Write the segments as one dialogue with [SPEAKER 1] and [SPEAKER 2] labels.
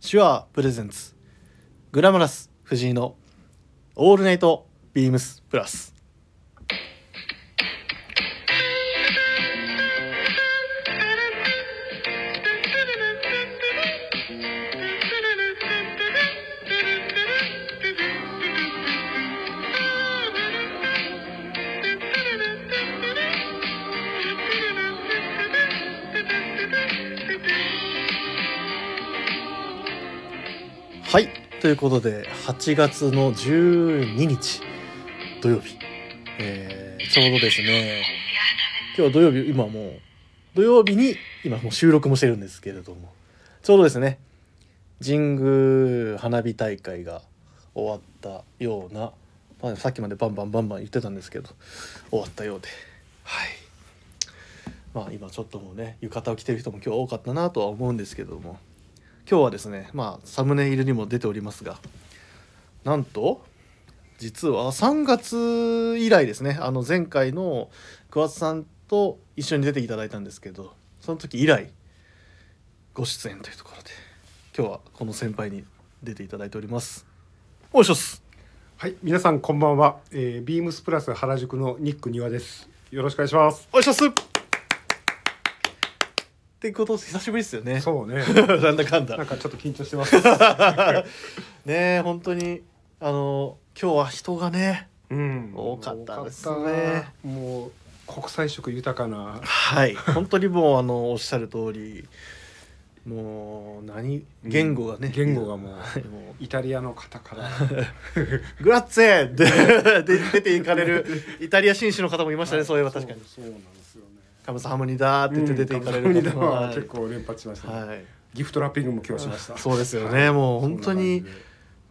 [SPEAKER 1] 手話プレゼンツグラマラス藤井のオールナイトビームスプラスはいということで8月の12日土曜日、えーちょうどですね今日は土曜日今もう土曜日に今もう収録もしてるんですけれどもちょうどですね神宮花火大会が終わったような、まあ、さっきまでバンバンバンバン言ってたんですけど終わったようではいまあ今ちょっともうね浴衣を着てる人も今日は多かったなとは思うんですけども今日はですねまあサムネイルにも出ておりますがなんと実は3月以来ですねあの前回の桑田さんと一緒に出ていただいたんですけどその時以来ご出演というところで今日はこの先輩に出ていただいておりますおいしょっす
[SPEAKER 2] はい、皆さんこんばんは、えー、ビームスプラス原宿のニック庭です。よろしくお願いします。
[SPEAKER 1] おいしょっすってこと久しぶりですよね
[SPEAKER 2] そう ね、
[SPEAKER 1] なんだかんだ
[SPEAKER 2] なんかちょっと緊張し てます。
[SPEAKER 1] ねえ本当にあの今日は人がね
[SPEAKER 2] うん
[SPEAKER 1] 多かったですね
[SPEAKER 2] 多かったなもう国際色豊かな、
[SPEAKER 1] はい本当にもうあのおっしゃる通りもう何言語がね、
[SPEAKER 2] 言語がもう
[SPEAKER 1] はいも
[SPEAKER 2] イタリアの 方から、
[SPEAKER 1] うグラッツェで で出ていかれるイタリア紳士の方もいましたね、そういえば確かに
[SPEAKER 2] そうそうなんですよね。
[SPEAKER 1] 「カムサハムニダ」って言って出ていかれる
[SPEAKER 2] うん
[SPEAKER 1] 方
[SPEAKER 2] カムサハムニダ
[SPEAKER 1] も
[SPEAKER 2] は
[SPEAKER 1] はい
[SPEAKER 2] 結構連発しましたね、
[SPEAKER 1] はい
[SPEAKER 2] ギフトラッピングも今日しました。
[SPEAKER 1] そうですよね
[SPEAKER 2] はい
[SPEAKER 1] もう本当に
[SPEAKER 2] そんな感じで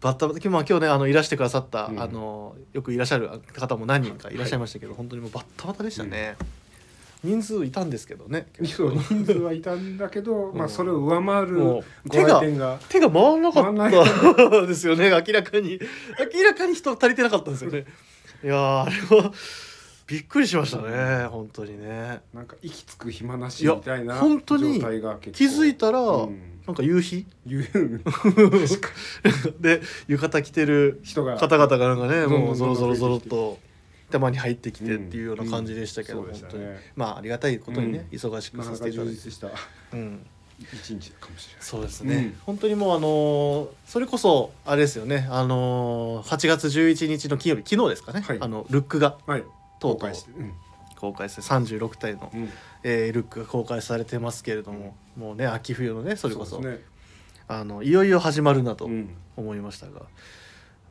[SPEAKER 1] バッタバタ今日まあ今日ねあのいらしてくださった、
[SPEAKER 2] うん
[SPEAKER 1] あのよくいらっしゃる方も何人かいらっしゃいましたけど、本当にもうバッタバタでしたね、人数いたんですけどね結
[SPEAKER 2] そう
[SPEAKER 1] 構
[SPEAKER 2] 人数はいたんだけど、まあそれを上回る
[SPEAKER 1] もう
[SPEAKER 2] ご来店が
[SPEAKER 1] 手が回らなか
[SPEAKER 2] 回ら
[SPEAKER 1] ったですよね明らかに明らかに人足りてなかったんですよねいやーあれはびっくりしましたね本当にね
[SPEAKER 2] なんか息つく暇なしみたい
[SPEAKER 1] い
[SPEAKER 2] な
[SPEAKER 1] や
[SPEAKER 2] 状
[SPEAKER 1] 本当に
[SPEAKER 2] 態が結構
[SPEAKER 1] 気づいたら、
[SPEAKER 2] うん
[SPEAKER 1] なんか夕日
[SPEAKER 2] 言う
[SPEAKER 1] で浴衣着てる
[SPEAKER 2] 人が
[SPEAKER 1] 方々がなんかね
[SPEAKER 2] どんどん
[SPEAKER 1] もうぞろぞろぞろっ
[SPEAKER 2] どんど
[SPEAKER 1] と頭に入ってきてっていうような感じでしたけど、
[SPEAKER 2] うんうん
[SPEAKER 1] 本
[SPEAKER 2] そうで
[SPEAKER 1] 当
[SPEAKER 2] した
[SPEAKER 1] に
[SPEAKER 2] ね
[SPEAKER 1] まあありがたいことにね、
[SPEAKER 2] う
[SPEAKER 1] 忙しく
[SPEAKER 2] なか
[SPEAKER 1] さ
[SPEAKER 2] な
[SPEAKER 1] せて
[SPEAKER 2] か
[SPEAKER 1] いた
[SPEAKER 2] 充
[SPEAKER 1] だいて、
[SPEAKER 2] 実した
[SPEAKER 1] うん、
[SPEAKER 2] 一日かもしれない。
[SPEAKER 1] そうですね、
[SPEAKER 2] うん
[SPEAKER 1] 本当にもうあのーそれこそあれですよねあのー8月11日の金曜日昨日ですかね、
[SPEAKER 2] はい
[SPEAKER 1] あのルックが
[SPEAKER 2] はい。
[SPEAKER 1] とうとう
[SPEAKER 2] 公開して、うん、
[SPEAKER 1] 公開して36体の、
[SPEAKER 2] うん
[SPEAKER 1] えールックが公開されてますけれども、もうね秋冬のねそれこそ
[SPEAKER 2] うですね
[SPEAKER 1] あのいよいよ始まるなと
[SPEAKER 2] うん
[SPEAKER 1] 思いましたが、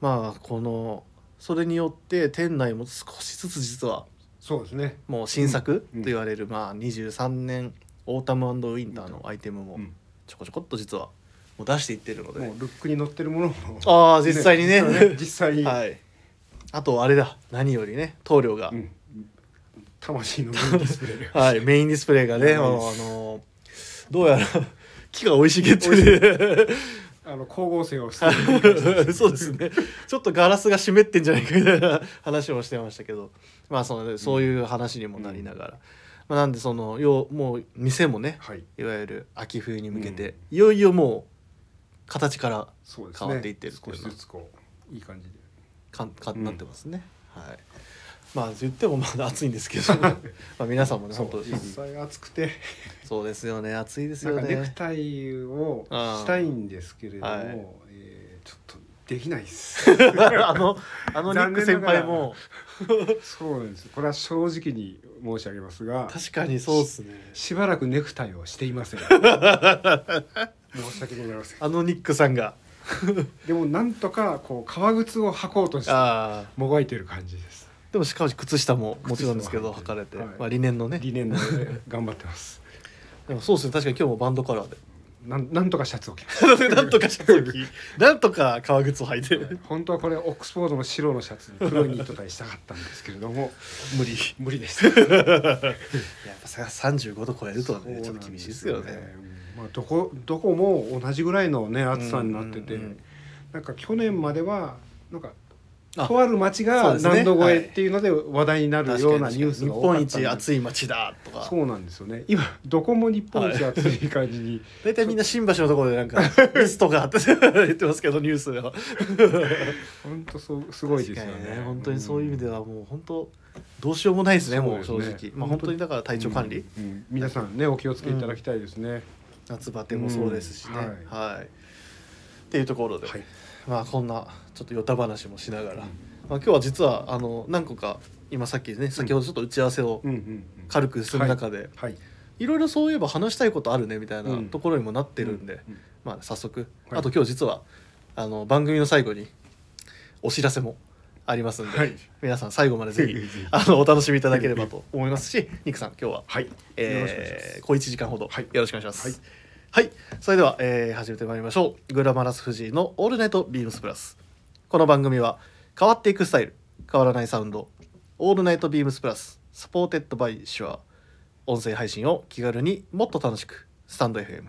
[SPEAKER 1] まあこのそれによって店内も少しずつ実は
[SPEAKER 2] そうですね。
[SPEAKER 1] もう新作
[SPEAKER 2] うん
[SPEAKER 1] と言われる、まあ、23年オータムウィンターのアイテム
[SPEAKER 2] う
[SPEAKER 1] も
[SPEAKER 2] ん
[SPEAKER 1] ちょこちょこっと実はもう出していってるので、
[SPEAKER 2] もうルックに乗ってるものも
[SPEAKER 1] ああ実際にね
[SPEAKER 2] 実際に、
[SPEAKER 1] はいあとあれだ何よりね棟梁が、
[SPEAKER 2] うん、魂のメインディスプレイ。
[SPEAKER 1] はい、メインディスプレイがね
[SPEAKER 2] いや
[SPEAKER 1] あの
[SPEAKER 2] いいで
[SPEAKER 1] あのどうやら木が生い茂ってて
[SPEAKER 2] あの光合成をす る。
[SPEAKER 1] そうですねちょっとガラスが湿ってんじゃないかみたいな話もしてましたけどまあそのそういう話にもなりながら、まあ、なんでそのようもう店もね
[SPEAKER 2] はい。
[SPEAKER 1] いわゆる秋冬に向けて、いよいよもう形から
[SPEAKER 2] そうですね。
[SPEAKER 1] 変わっていってるっていう
[SPEAKER 2] 少
[SPEAKER 1] の
[SPEAKER 2] しずつこういい感じで。
[SPEAKER 1] かんか
[SPEAKER 2] うん
[SPEAKER 1] なってますね、はいまあ言ってもまだ暑いんですけどまあ皆さんもね
[SPEAKER 2] そ
[SPEAKER 1] 本
[SPEAKER 2] う
[SPEAKER 1] 当
[SPEAKER 2] 実際暑くて。
[SPEAKER 1] そうですよね暑いです
[SPEAKER 2] なん
[SPEAKER 1] よ
[SPEAKER 2] かネク
[SPEAKER 1] ね
[SPEAKER 2] タイをしたいんですけれども、
[SPEAKER 1] あーはい
[SPEAKER 2] えーちょっとできな いです。
[SPEAKER 1] あのあのニック先輩も
[SPEAKER 2] そうなんです。これは正直に申し上げますが、
[SPEAKER 1] 確かにそうっすね
[SPEAKER 2] しばらくネクタイをしていま せん。申し訳ございません。
[SPEAKER 1] あのニックさんが
[SPEAKER 2] でもなんとかこう革靴を履こうとして
[SPEAKER 1] ああ
[SPEAKER 2] もがいてる感じです。
[SPEAKER 1] でもしかも靴下ももちろんですけど
[SPEAKER 2] 靴
[SPEAKER 1] 履
[SPEAKER 2] 下
[SPEAKER 1] か
[SPEAKER 2] も
[SPEAKER 1] れて、
[SPEAKER 2] はい
[SPEAKER 1] まあ、理念のね
[SPEAKER 2] 理念なので頑張って ます。
[SPEAKER 1] でもそうですね確かに今日もバンドカラーで
[SPEAKER 2] なんなんとかシャツを着ま
[SPEAKER 1] なんとかした 時なんとか革靴を履いて
[SPEAKER 2] す。本当はこれオックスフォードの白のシャツに黒いニットタイしたかったんですけれども
[SPEAKER 1] 無理
[SPEAKER 2] 無理でした。
[SPEAKER 1] やっぱさ35度超えるとねちょっ
[SPEAKER 2] そうなん
[SPEAKER 1] と厳しいですよね。
[SPEAKER 2] まあどこどこも同じぐらいのね暑さになってて、
[SPEAKER 1] うんうんうん
[SPEAKER 2] なんか去年まではなんか
[SPEAKER 1] あ
[SPEAKER 2] とある町
[SPEAKER 1] そう
[SPEAKER 2] が
[SPEAKER 1] ですね
[SPEAKER 2] 何度超えっていうので話題になるようなニュース
[SPEAKER 1] 日
[SPEAKER 2] が多かった
[SPEAKER 1] 本
[SPEAKER 2] んで
[SPEAKER 1] 一暑い町だとか
[SPEAKER 2] そうなんですよね今どこも日本一暑い感じに、
[SPEAKER 1] 大体みんな新橋のところでなん か「ミストが」って 言ってますけどニュースでは
[SPEAKER 2] 本当そうすごいですよ
[SPEAKER 1] 確か
[SPEAKER 2] ね
[SPEAKER 1] に本当にそういう意味ではもう本当どうしようもないですねもう
[SPEAKER 2] そ
[SPEAKER 1] 正
[SPEAKER 2] うですね
[SPEAKER 1] 直まあ本当にだから体調管理、
[SPEAKER 2] うん、うん皆さんねお気をつけいただきたいですね、
[SPEAKER 1] 夏バテもそうですしね、
[SPEAKER 2] うん
[SPEAKER 1] はい、っていうところで、
[SPEAKER 2] はい
[SPEAKER 1] まあこんなちょっとヨタ話もしながら、まあ、今日は実はあの何個か今さっきね先ほどちょっと打ち合わせを
[SPEAKER 2] うんうんうん
[SPEAKER 1] 軽く進む中で、い
[SPEAKER 2] はい
[SPEAKER 1] ろいろそういえば話したいことあるねみたいな
[SPEAKER 2] うん
[SPEAKER 1] ところにもなってるんで、
[SPEAKER 2] うんうん
[SPEAKER 1] まあ早速、
[SPEAKER 2] はい
[SPEAKER 1] あと今日実はあの番組の最後にお知らせもありますんで、
[SPEAKER 2] はい
[SPEAKER 1] 皆さん最後までぜひ
[SPEAKER 2] ぜひぜひ
[SPEAKER 1] あのお楽しみいただければと思いますしニクさん今日は
[SPEAKER 2] はい、よろしくお願いしま
[SPEAKER 1] え
[SPEAKER 2] す
[SPEAKER 1] ー、小1時間ほど
[SPEAKER 2] はい
[SPEAKER 1] よろしくお願いします。はいそれでは、えー始めてまいりましょう「グラマラス藤井のオールナイトビームスプラス」この番組は変わっていくスタイル変わらないサウンド「オールナイトビームスプラス」サポーテッドバイシュア音声配信を気軽にもっと楽しくスタンド FM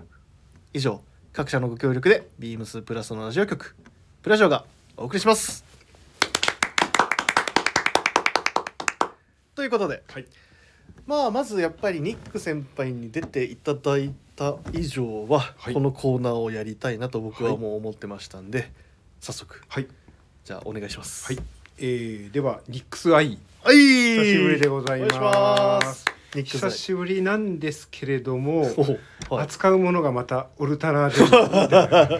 [SPEAKER 1] 以上各社のご協力でビームスプラスのラジオ局プラジオがお送りしますということで
[SPEAKER 2] はい
[SPEAKER 1] まあまずやっぱりニック先輩に出ていただいた以上は、
[SPEAKER 2] はい
[SPEAKER 1] このコーナーをやりたいなと僕はもう思ってましたんで、早速
[SPEAKER 2] はい
[SPEAKER 1] じゃあお願いします
[SPEAKER 2] はい、えー、ではニックスアイ
[SPEAKER 1] はい
[SPEAKER 2] 久しぶりでございます
[SPEAKER 1] お願いしますニック
[SPEAKER 2] 久
[SPEAKER 1] 先
[SPEAKER 2] しぶりなんですけれども
[SPEAKER 1] 輩おはい、
[SPEAKER 2] 扱うものがまたオルタ ナで懐
[SPEAKER 1] 懐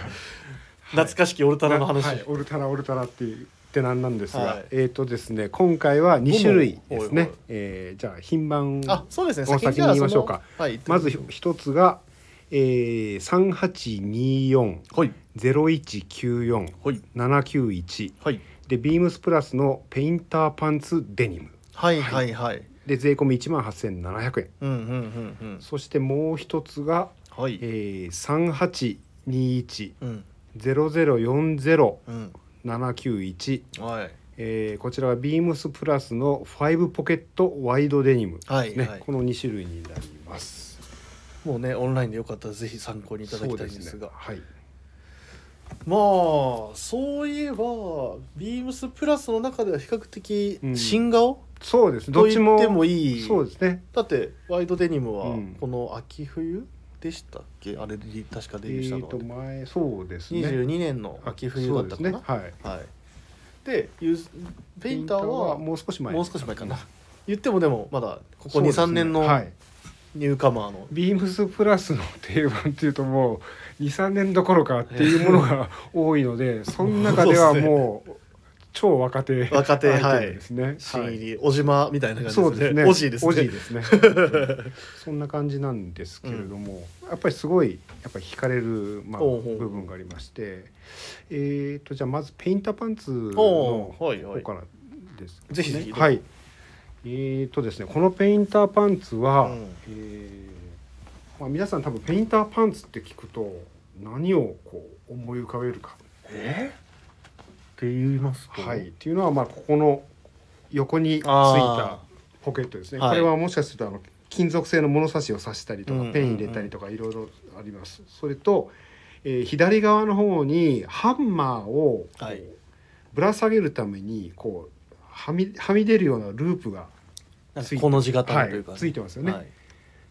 [SPEAKER 1] かしきオルタナの話、
[SPEAKER 2] はい、オルタナオルタナって言ってなんなんですが、
[SPEAKER 1] はい
[SPEAKER 2] えっ、とですね今回は2種類です
[SPEAKER 1] おいおい
[SPEAKER 2] ね、えー、じゃあ品番
[SPEAKER 1] あそうですね
[SPEAKER 2] お先に言いましょうか
[SPEAKER 1] じゃあそのはい
[SPEAKER 2] まず一つが、えー、3824
[SPEAKER 1] はい
[SPEAKER 2] 0194
[SPEAKER 1] はい
[SPEAKER 2] 791
[SPEAKER 1] はい
[SPEAKER 2] でビームスプラスのペインターパンツデニム
[SPEAKER 1] はいはいはい
[SPEAKER 2] で税込み1万8700円
[SPEAKER 1] うんうんうんうん
[SPEAKER 2] そしてもう一つが、
[SPEAKER 1] はい、
[SPEAKER 2] えー、3821
[SPEAKER 1] うん
[SPEAKER 2] ゼロゼロ四ゼロ
[SPEAKER 1] うん
[SPEAKER 2] 七九一。
[SPEAKER 1] はい
[SPEAKER 2] えーこちらはビームスプラスのファイブポケットワイドデニム、
[SPEAKER 1] はい
[SPEAKER 2] ね
[SPEAKER 1] はい
[SPEAKER 2] この二種類になります。
[SPEAKER 1] もうねオンラインでよかったらぜひ参考にいただきたいんですが
[SPEAKER 2] そうですね
[SPEAKER 1] まあそういえばビームスプラスの中では比較的
[SPEAKER 2] うん
[SPEAKER 1] 新顔、
[SPEAKER 2] はい、そうです。ど
[SPEAKER 1] と
[SPEAKER 2] っちも
[SPEAKER 1] 言ってもいい
[SPEAKER 2] そうですね。
[SPEAKER 1] だってワイドデニムは
[SPEAKER 2] うん
[SPEAKER 1] この秋冬でしたっけ、あれに確か
[SPEAKER 2] え
[SPEAKER 1] デビューした
[SPEAKER 2] ー
[SPEAKER 1] のは、
[SPEAKER 2] と前そうですね。
[SPEAKER 1] 22年の秋冬だったかな、
[SPEAKER 2] そうですね。はい。
[SPEAKER 1] はいでユースペインターはも
[SPEAKER 2] もう少し
[SPEAKER 1] う
[SPEAKER 2] 前。
[SPEAKER 1] 少し前かな言ってもでもまだここ
[SPEAKER 2] そうですね
[SPEAKER 1] 23年の
[SPEAKER 2] はい、
[SPEAKER 1] ニューカマーの
[SPEAKER 2] ビームスプラスの定番っていうともう23年どころかっていうものが多い のでその中ではもう超若手
[SPEAKER 1] 若手はい
[SPEAKER 2] アイテムですね、
[SPEAKER 1] 新
[SPEAKER 2] はい
[SPEAKER 1] 入り、小島みたいな
[SPEAKER 2] そ
[SPEAKER 1] 感
[SPEAKER 2] う
[SPEAKER 1] じ
[SPEAKER 2] で
[SPEAKER 1] で
[SPEAKER 2] す
[SPEAKER 1] すね
[SPEAKER 2] ね。
[SPEAKER 1] オジーですね
[SPEAKER 2] オジ ーですね。そんな感じなんですけれども、やっぱりすごいやっぱり惹かれるまあ
[SPEAKER 1] おうおう
[SPEAKER 2] 部分がありまして、えっ、とじゃあまずペインターパンツ
[SPEAKER 1] お
[SPEAKER 2] の
[SPEAKER 1] ーはいは
[SPEAKER 2] 方
[SPEAKER 1] い
[SPEAKER 2] からです、ね。
[SPEAKER 1] ぜひぜひ
[SPEAKER 2] はい。えっ、とですね、このペインターパンツは、
[SPEAKER 1] うん
[SPEAKER 2] えーまあ皆さん多分ペインターパンツって聞くと何をこう思い浮かべるか。
[SPEAKER 1] えって言いますと
[SPEAKER 2] はい、っていうのはまあここの横につい
[SPEAKER 1] あ
[SPEAKER 2] たポケットですね、
[SPEAKER 1] はい
[SPEAKER 2] これはもしかするとあの金属製の物差しを刺したりとか、
[SPEAKER 1] うんうんうん
[SPEAKER 2] ペン入れたりとかいろいろありますそれと、えー左側の方にハンマーをこう
[SPEAKER 1] はい
[SPEAKER 2] ぶら下げるためにこうはみはみ出るようなループが
[SPEAKER 1] なんかこの字型というか、
[SPEAKER 2] はいついてますよね
[SPEAKER 1] はい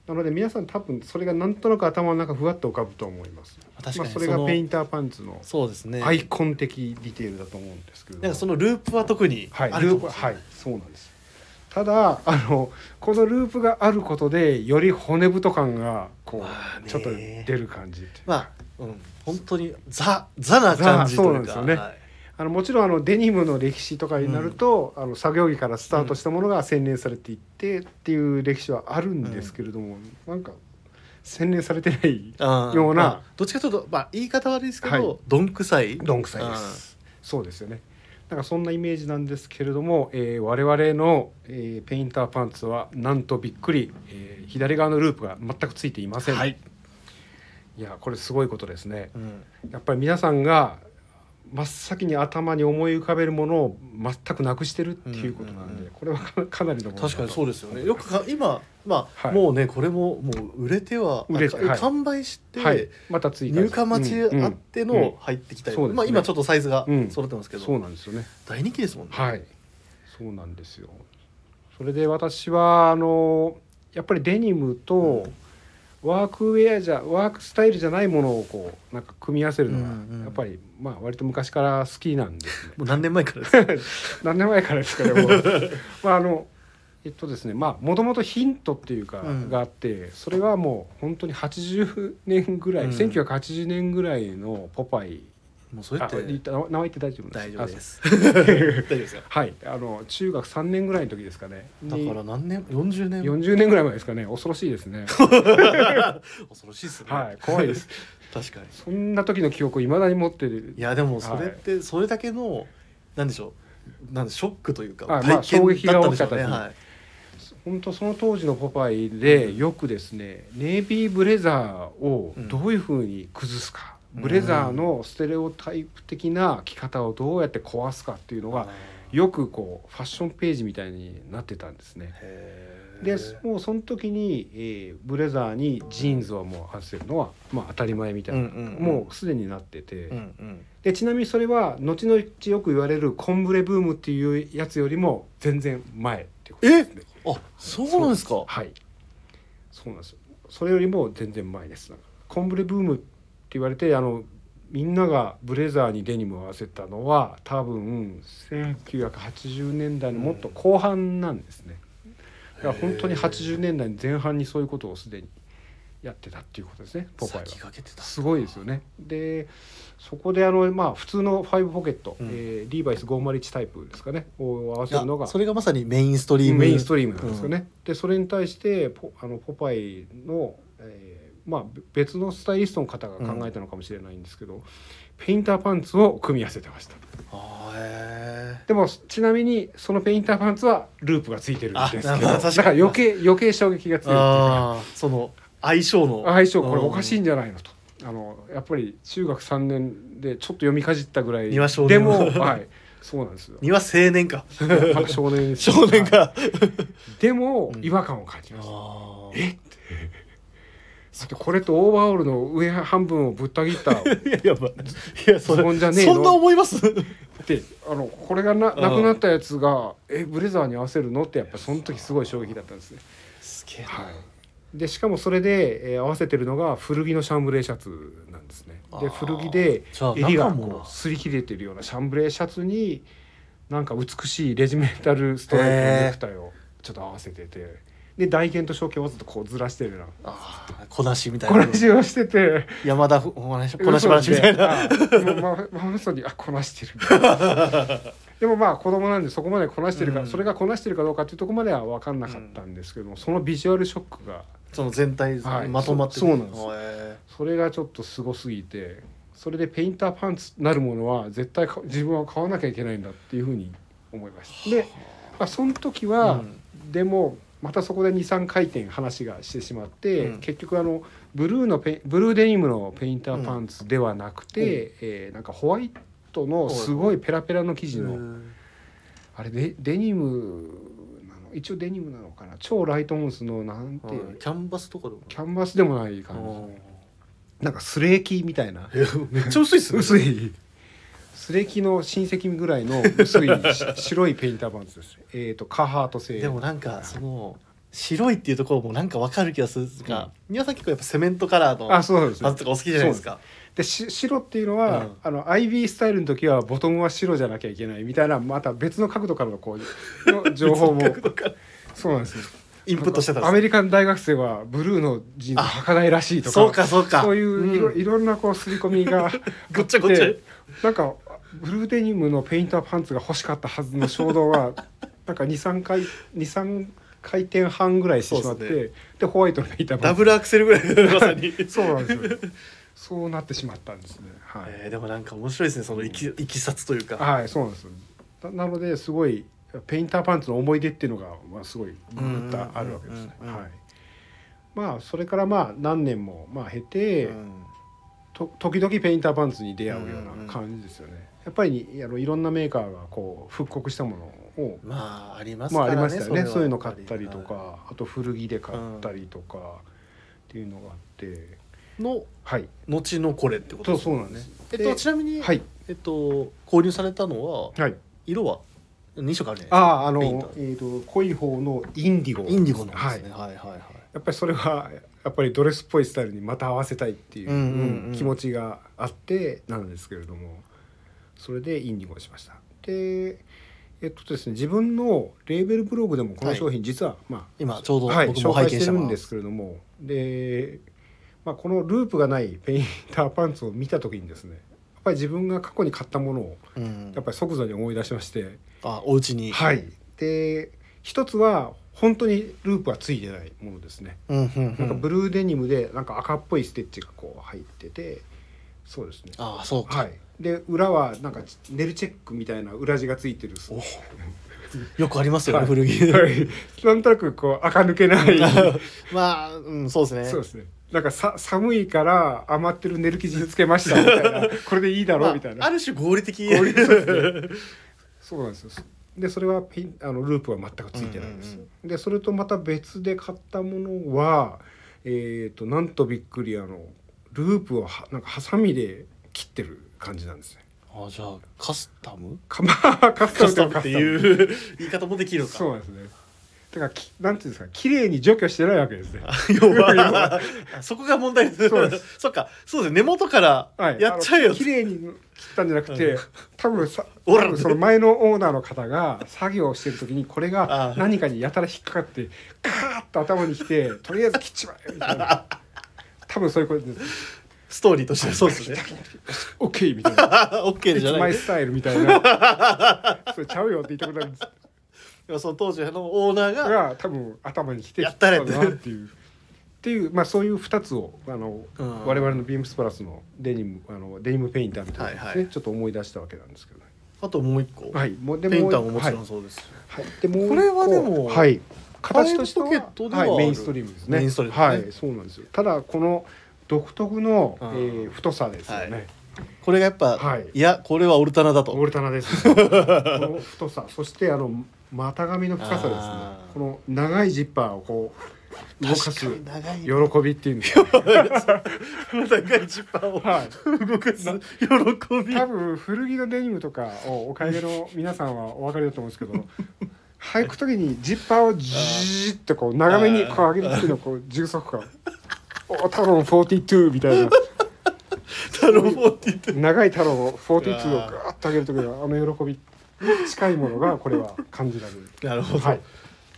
[SPEAKER 2] なので皆さん多分それがなんとなく頭の中ふわっと浮かぶと思います
[SPEAKER 1] 確かに
[SPEAKER 2] まあ、それ
[SPEAKER 1] そ
[SPEAKER 2] が
[SPEAKER 1] の
[SPEAKER 2] ペインターパンツの
[SPEAKER 1] そうですね。
[SPEAKER 2] アイコン的ディテールだと思うんですけれども
[SPEAKER 1] なんかそのループは特に
[SPEAKER 2] はい、
[SPEAKER 1] あ
[SPEAKER 2] ル
[SPEAKER 1] る
[SPEAKER 2] ー
[SPEAKER 1] か
[SPEAKER 2] プ
[SPEAKER 1] もしれな
[SPEAKER 2] はいいそうなんですただあのこのループがあることでより骨太感がこ
[SPEAKER 1] まあね
[SPEAKER 2] うちょっと出る感じっていう
[SPEAKER 1] まあ、うん、本当にザザな感じ
[SPEAKER 2] ザ
[SPEAKER 1] というか。
[SPEAKER 2] そうなんですよね
[SPEAKER 1] はい
[SPEAKER 2] あのもちろんあのデニムの歴史とかになると、あの作業着からスタートしたものが洗練されていってっていう歴史はあるんですけれども、なんか洗練されてない
[SPEAKER 1] あー
[SPEAKER 2] ような
[SPEAKER 1] まあどっちかというと、まあ、言い方悪いですけど、
[SPEAKER 2] はい
[SPEAKER 1] どんくさい
[SPEAKER 2] どんくさいです。そうですよね。なんかそんなイメージなんですけれども、えー我々の、えーペインターパンツはなんとびっくり、えー左側のループが全くついていません。
[SPEAKER 1] はい
[SPEAKER 2] い、やこれすごいことですね
[SPEAKER 1] う。ん
[SPEAKER 2] やっぱり皆さんが真っ先に頭に思い浮かべるものを全くなくしてるっていうことなんで、
[SPEAKER 1] うんうんうん
[SPEAKER 2] これはかかなりのものだ
[SPEAKER 1] 確
[SPEAKER 2] と
[SPEAKER 1] かにそうですよねよくか今まあ、
[SPEAKER 2] はい
[SPEAKER 1] もうねこれももう売れては
[SPEAKER 2] 売れて
[SPEAKER 1] あか
[SPEAKER 2] はい
[SPEAKER 1] 完売して、
[SPEAKER 2] はい、また追加
[SPEAKER 1] 入荷待ちあっ
[SPEAKER 2] って
[SPEAKER 1] の入ってきたり、
[SPEAKER 2] そうですね
[SPEAKER 1] まあ、今ちょっとサイズが
[SPEAKER 2] うん
[SPEAKER 1] 揃ってますけど、
[SPEAKER 2] そうなんですよね
[SPEAKER 1] 大人気ですもんね、
[SPEAKER 2] はいそうなんですよそれで私はあのやっぱりデニムとワークウェアじゃワークスタイルじゃないものをこうなんか組み合わせるの
[SPEAKER 1] うんうん
[SPEAKER 2] がやっぱり、まあ割と昔から好きなんですね
[SPEAKER 1] もう何年前からですか
[SPEAKER 2] 何年前からですかねもう まああのえっとですねまあもともとヒントっていうか
[SPEAKER 1] うん
[SPEAKER 2] があってそれはもう本当に80年ぐらい、
[SPEAKER 1] うん
[SPEAKER 2] 1980年ぐらいの「ポパイ
[SPEAKER 1] もう」それ
[SPEAKER 2] あ
[SPEAKER 1] って
[SPEAKER 2] 言った名前言って大丈夫です
[SPEAKER 1] 大丈夫ですす 大丈夫ですよ
[SPEAKER 2] はいあの中学3年ぐらいの時ですかね
[SPEAKER 1] だ
[SPEAKER 2] に
[SPEAKER 1] から何年40年
[SPEAKER 2] 40年ぐらい前ですかね恐ろしいで すね
[SPEAKER 1] 恐ろしいですね、
[SPEAKER 2] はい怖いです
[SPEAKER 1] 確かに
[SPEAKER 2] そんな時の記憶をいまだに持ってる
[SPEAKER 1] いやでもそれってそれだけの、なんでしょうなんでショックというか
[SPEAKER 2] あまあ
[SPEAKER 1] 体験だったんでしょうね、
[SPEAKER 2] 衝撃が大きかったですね
[SPEAKER 1] はい
[SPEAKER 2] 本当その当時の「ポパイ」でよくですねネイビーブレザーを
[SPEAKER 1] うん
[SPEAKER 2] どういうふうに崩すか、
[SPEAKER 1] うん
[SPEAKER 2] ブレザーのステレオタイプ的な着方をどうやって壊すかっていうのが
[SPEAKER 1] あー
[SPEAKER 2] よくこうファッションページみたいになってたんですね。
[SPEAKER 1] へー
[SPEAKER 2] でもうその時に、えーブレザーにジーンズはもう合わせるのは、まあ、当たり前みたいな、
[SPEAKER 1] うんうんうん
[SPEAKER 2] もうすでになってて、
[SPEAKER 1] うんうん
[SPEAKER 2] でちなみにそれは後々よく言われるコンブレブームっていうやつよりも全然前っていうことですね。
[SPEAKER 1] あそうなんですか
[SPEAKER 2] はい。そうなんですよ。それよりも全然前です。コンブレブームって言われてあのみんながブレザーにデニムを合わせたのは多分1980年代のもっと後半なんですね。だから本当に80年代前半にそういうことをすでにやってたっていうことですね。ポパイは。
[SPEAKER 1] 先駆けてた
[SPEAKER 2] すごいですよね。でそこであのまあ普通のファイブポケット、
[SPEAKER 1] うん
[SPEAKER 2] えーリーバイス501タイプですかねを合わせるの
[SPEAKER 1] い
[SPEAKER 2] が
[SPEAKER 1] やそれがまさにメインストリーム
[SPEAKER 2] メインストリームなんですよね。でそれに対してポあのポパイの、えーまあべ別のスタイリストの方が考えたのかもしれないんですけど、ペインターパンツを組み合わせてました。
[SPEAKER 1] あーへ
[SPEAKER 2] でもちなみにそのペインターパンツはループがついてるんですけど、
[SPEAKER 1] あまあ
[SPEAKER 2] だ
[SPEAKER 1] 確かに
[SPEAKER 2] から余計余計衝撃が
[SPEAKER 1] ー
[SPEAKER 2] 強いっていうか。
[SPEAKER 1] あーその相性の
[SPEAKER 2] 相性これおかしいん
[SPEAKER 1] い
[SPEAKER 2] じゃないのと。あのやっぱり中学3年でちょっと読みかじったぐらい
[SPEAKER 1] 庭少
[SPEAKER 2] で
[SPEAKER 1] 年
[SPEAKER 2] も
[SPEAKER 1] の
[SPEAKER 2] はいそうなんですよ
[SPEAKER 1] 庭青年か
[SPEAKER 2] まだ 少年です
[SPEAKER 1] 少年
[SPEAKER 2] はい
[SPEAKER 1] か
[SPEAKER 2] でも
[SPEAKER 1] うん
[SPEAKER 2] 違和感を感じました
[SPEAKER 1] あ
[SPEAKER 2] えってだってこれとオーバーオールの上半分をぶった切ったっ
[SPEAKER 1] ーいやいや,、まあ、いやそ
[SPEAKER 2] ズボ
[SPEAKER 1] れ
[SPEAKER 2] ンじゃねえの
[SPEAKER 1] そんな思います
[SPEAKER 2] て あのこれがななくなったやつがえブレザーに合わせるのってやっぱその時すごい衝撃だったんですね、
[SPEAKER 1] すげえな
[SPEAKER 2] はい、でしかもそれで、えー合わせてるのが古着のシャンブレーシャツなんですね
[SPEAKER 1] あ
[SPEAKER 2] で
[SPEAKER 1] ー
[SPEAKER 2] 古着で
[SPEAKER 1] じゃあ
[SPEAKER 2] 襟が
[SPEAKER 1] 中も
[SPEAKER 2] こう擦り切れてるようなシャンブレーシャツになんか美しいレジメンタルストライプのネクタイをちょっと合わせててで大剣と小剣をわざとこうずらしてるような
[SPEAKER 1] あーこなしみたい
[SPEAKER 2] こ
[SPEAKER 1] な
[SPEAKER 2] れしをしてて。
[SPEAKER 1] 山田ふこなしこなし話みたいな
[SPEAKER 2] な。もうまままさにあこなして る。でもまあ子供なんでそこまでこなしてるか、
[SPEAKER 1] うん
[SPEAKER 2] それがこなしてるかどうかっていうところまでは分かんなかったんですけども、そのビジュアルショックが
[SPEAKER 1] その全体
[SPEAKER 2] はい
[SPEAKER 1] まとまって
[SPEAKER 2] そそうなんです
[SPEAKER 1] へー
[SPEAKER 2] それがちょっとすごすぎてそれでペインターパンツなるものは絶対か自分は買わなきゃいけないんだっていうふうに思いました。で、まあ、その時は、
[SPEAKER 1] うん
[SPEAKER 2] でもまたそこで23回転話がしてしまって、
[SPEAKER 1] うん
[SPEAKER 2] 結局あのブルーのペイブルーデニムのペインターパンツではなくて、えーなんかホワイトのすごいペラペラの生地の、
[SPEAKER 1] うん
[SPEAKER 2] あれでデニムなの一応デニムなのかな超ライトオンスのなんて、
[SPEAKER 1] はいキャンバスとかでも
[SPEAKER 2] キャンバスでもない感じなんかスレーキみたいな
[SPEAKER 1] あーえめっちゃ 薄いっすね
[SPEAKER 2] 薄いスレキの親戚ぐらいの薄いし白いペインターパンツですえっ、とカハート製
[SPEAKER 1] でもなんかその白いっていうところもなんかわかる気がするんですが、皆さん結構やっぱセメントカラーの
[SPEAKER 2] あ
[SPEAKER 1] パン
[SPEAKER 2] そうですね
[SPEAKER 1] ツとかお好きじゃないですか
[SPEAKER 2] でし白っていうのは、
[SPEAKER 1] うん
[SPEAKER 2] あの IB スタイルの時はボトムは白じゃなきゃいけないみたいなまた別の角度からのこうの情 報も
[SPEAKER 1] 角度から
[SPEAKER 2] そうなんですよ
[SPEAKER 1] インプットしてたん
[SPEAKER 2] アメ
[SPEAKER 1] で
[SPEAKER 2] リカの大学生はブルーのジーンズ
[SPEAKER 1] あ
[SPEAKER 2] 履かないらしいと
[SPEAKER 1] す
[SPEAKER 2] か
[SPEAKER 1] そうかそうか
[SPEAKER 2] そういういろ,、
[SPEAKER 1] ん
[SPEAKER 2] いろんなこう刷り込み が
[SPEAKER 1] ごっちゃごっちゃ
[SPEAKER 2] あてなんかブルーデニムのペインターパンツが欲しかったはずの衝動 がなんか23回23回転半ぐらいしてしまって
[SPEAKER 1] そう
[SPEAKER 2] で,、
[SPEAKER 1] で
[SPEAKER 2] ホワイトのペインターパ
[SPEAKER 1] ダ
[SPEAKER 2] ンツ
[SPEAKER 1] ブルアクセルぐらいまさに、
[SPEAKER 2] そうなんですよそうなってしまったんですねはい、
[SPEAKER 1] えーでもなんか面白いですねそのいきいきさつというか
[SPEAKER 2] はいそうなんですななのですごいペインターパンツの思い出っていうのが、まあ、すごいぐーっとあるわけですね、
[SPEAKER 1] うんうんうんうん
[SPEAKER 2] はいまあそれからまあ何年もまあ経て、
[SPEAKER 1] うん
[SPEAKER 2] と時々ペインターパンツに出会うような感じですよね、やっぱりあのいろんなメーカーがこう復刻したものを
[SPEAKER 1] まああります
[SPEAKER 2] まあ
[SPEAKER 1] か
[SPEAKER 2] あ
[SPEAKER 1] ら
[SPEAKER 2] り
[SPEAKER 1] ね,、
[SPEAKER 2] ましたよね
[SPEAKER 1] れは
[SPEAKER 2] そういうの買ったりとか、
[SPEAKER 1] は
[SPEAKER 2] あと古着で買ったりとか、っていうのがあって
[SPEAKER 1] いの
[SPEAKER 2] はい
[SPEAKER 1] 後のこれってことで
[SPEAKER 2] そう
[SPEAKER 1] す
[SPEAKER 2] そうなんです
[SPEAKER 1] えっとちなみに、
[SPEAKER 2] はい
[SPEAKER 1] えっと購入されたのは
[SPEAKER 2] はい
[SPEAKER 1] 色は二色あるじゃないです
[SPEAKER 2] あ
[SPEAKER 1] か
[SPEAKER 2] ああの
[SPEAKER 1] ペインター
[SPEAKER 2] えっ、と濃い方のインディゴ
[SPEAKER 1] インディゴの
[SPEAKER 2] は
[SPEAKER 1] で
[SPEAKER 2] い
[SPEAKER 1] すね、はい、はいはい
[SPEAKER 2] やっぱりそれはやっぱりドレスっぽいスタイルにまた合わせたいっていう,
[SPEAKER 1] う
[SPEAKER 2] うんん、
[SPEAKER 1] うんうん
[SPEAKER 2] 気持ちがあってなんですけれどもそれでインディゴにしました。でえっとですね自分のレーベルブログでもこの商品実は、まあ
[SPEAKER 1] 今ちょうど
[SPEAKER 2] はい、
[SPEAKER 1] 僕
[SPEAKER 2] 紹
[SPEAKER 1] も拝
[SPEAKER 2] 介
[SPEAKER 1] 見
[SPEAKER 2] し
[SPEAKER 1] してて
[SPEAKER 2] る
[SPEAKER 1] ま
[SPEAKER 2] んですけれどもで、まあ、このループがないペインターパンツを見た時にですねやっぱり自分が過去に買ったものを
[SPEAKER 1] うん
[SPEAKER 2] やっぱり即座に思い出しまして、
[SPEAKER 1] あお家に
[SPEAKER 2] はいで一つは本当にループはついてないものですね
[SPEAKER 1] うんうんう
[SPEAKER 2] なん
[SPEAKER 1] ん
[SPEAKER 2] かブルーデニムでなんか赤っぽいステッチがこう入っててそうですね
[SPEAKER 1] ああそうか、
[SPEAKER 2] はいで裏はなんかネルチェックみたいな裏地がついてる
[SPEAKER 1] およくありますよね、
[SPEAKER 2] はい
[SPEAKER 1] 古
[SPEAKER 2] は
[SPEAKER 1] 着
[SPEAKER 2] いなんとなくこう垢抜け ない
[SPEAKER 1] まあ、うん、そうですね
[SPEAKER 2] そうですね。なんかさ寒いから余ってる寝る生地につけましたみたいなこれでいいだろうみたい
[SPEAKER 1] まあ、あ
[SPEAKER 2] な。
[SPEAKER 1] る種合理的
[SPEAKER 2] 合理的ですそうなんですよ。でそれはピンあのループは全くついてないんです。
[SPEAKER 1] うんうん
[SPEAKER 2] でそれとまた別で買ったものはえっ、となんとびっくりあのループをはなんかハサミで切ってる感じなんですね。
[SPEAKER 1] あじゃあカスタム
[SPEAKER 2] かまあカスタ
[SPEAKER 1] カ
[SPEAKER 2] ム
[SPEAKER 1] ス
[SPEAKER 2] で
[SPEAKER 1] タ
[SPEAKER 2] も
[SPEAKER 1] ム
[SPEAKER 2] カ
[SPEAKER 1] って
[SPEAKER 2] スタム
[SPEAKER 1] いう言い方もできるのか
[SPEAKER 2] そうなんですね。だからきなんていうんですか綺麗に除去してないわけですね。
[SPEAKER 1] 要 はそこが問題です
[SPEAKER 2] そうです
[SPEAKER 1] そっかそうですね根元から
[SPEAKER 2] はい、
[SPEAKER 1] やっちゃえよ
[SPEAKER 2] あの綺麗に切ったんじゃなくて、
[SPEAKER 1] うん
[SPEAKER 2] 多分さ
[SPEAKER 1] お
[SPEAKER 2] 多
[SPEAKER 1] ら
[SPEAKER 2] 分その前のオーナーの方が作業をしてる時にこれ
[SPEAKER 1] ああ
[SPEAKER 2] が何かにやたら引っかかってカーッと頭にきてとりあえず切っちまえみたいな多分そういうことです
[SPEAKER 1] ストーリーとしてそうですね
[SPEAKER 2] OK みたいな
[SPEAKER 1] OK じゃな
[SPEAKER 2] マ
[SPEAKER 1] い
[SPEAKER 2] イスタイルみたいなそれちゃうよって言ったことあるんです
[SPEAKER 1] でもその当時のオーナーが
[SPEAKER 2] が多分頭にきて
[SPEAKER 1] やったれって
[SPEAKER 2] 切なっていう。っていうまあそういう2つをあの、
[SPEAKER 1] うん
[SPEAKER 2] 我々のビームスプラスのデニムあのデニムペインターみたいなのですね、
[SPEAKER 1] はいはい
[SPEAKER 2] ちょっと思い出したわけなんですけどね。
[SPEAKER 1] あともう一個、
[SPEAKER 2] はい、もうで
[SPEAKER 1] ペインターも
[SPEAKER 2] う
[SPEAKER 1] もちろん
[SPEAKER 2] はい
[SPEAKER 1] そうですし、
[SPEAKER 2] はい、でもう一個
[SPEAKER 1] これはでも
[SPEAKER 2] はい、形としては
[SPEAKER 1] ファイブポケットではある
[SPEAKER 2] い、メインストリームですね。
[SPEAKER 1] メインストリーム
[SPEAKER 2] は
[SPEAKER 1] ですね
[SPEAKER 2] い、そうなんですよ。ただこの独特の、え
[SPEAKER 1] うん
[SPEAKER 2] ー、太さですよ
[SPEAKER 1] はい
[SPEAKER 2] ね。
[SPEAKER 1] これがやっぱ、
[SPEAKER 2] はい
[SPEAKER 1] い、やこれはオルタナだと
[SPEAKER 2] オルタナ です。この太さ、そしてあの股上の深さです
[SPEAKER 1] あ
[SPEAKER 2] ね
[SPEAKER 1] ー。
[SPEAKER 2] この長いジッパーをこう動かす
[SPEAKER 1] 確か
[SPEAKER 2] 喜
[SPEAKER 1] に長い
[SPEAKER 2] びっていうんです か。
[SPEAKER 1] 長いジッパーを
[SPEAKER 2] はい。
[SPEAKER 1] 動かす喜び
[SPEAKER 2] 多分古着のデニムとかをお買い上げの皆さんはお分かりだと思うんですけど履く時にジッパーをジーッとこう長めにこう上げる時のこう重足感おタロン42みたいな
[SPEAKER 1] タロボーって言って
[SPEAKER 2] 長いタロンを42をガーッと上げる時のあの喜びに近いものがこれは感じられる
[SPEAKER 1] なるほど、
[SPEAKER 2] はい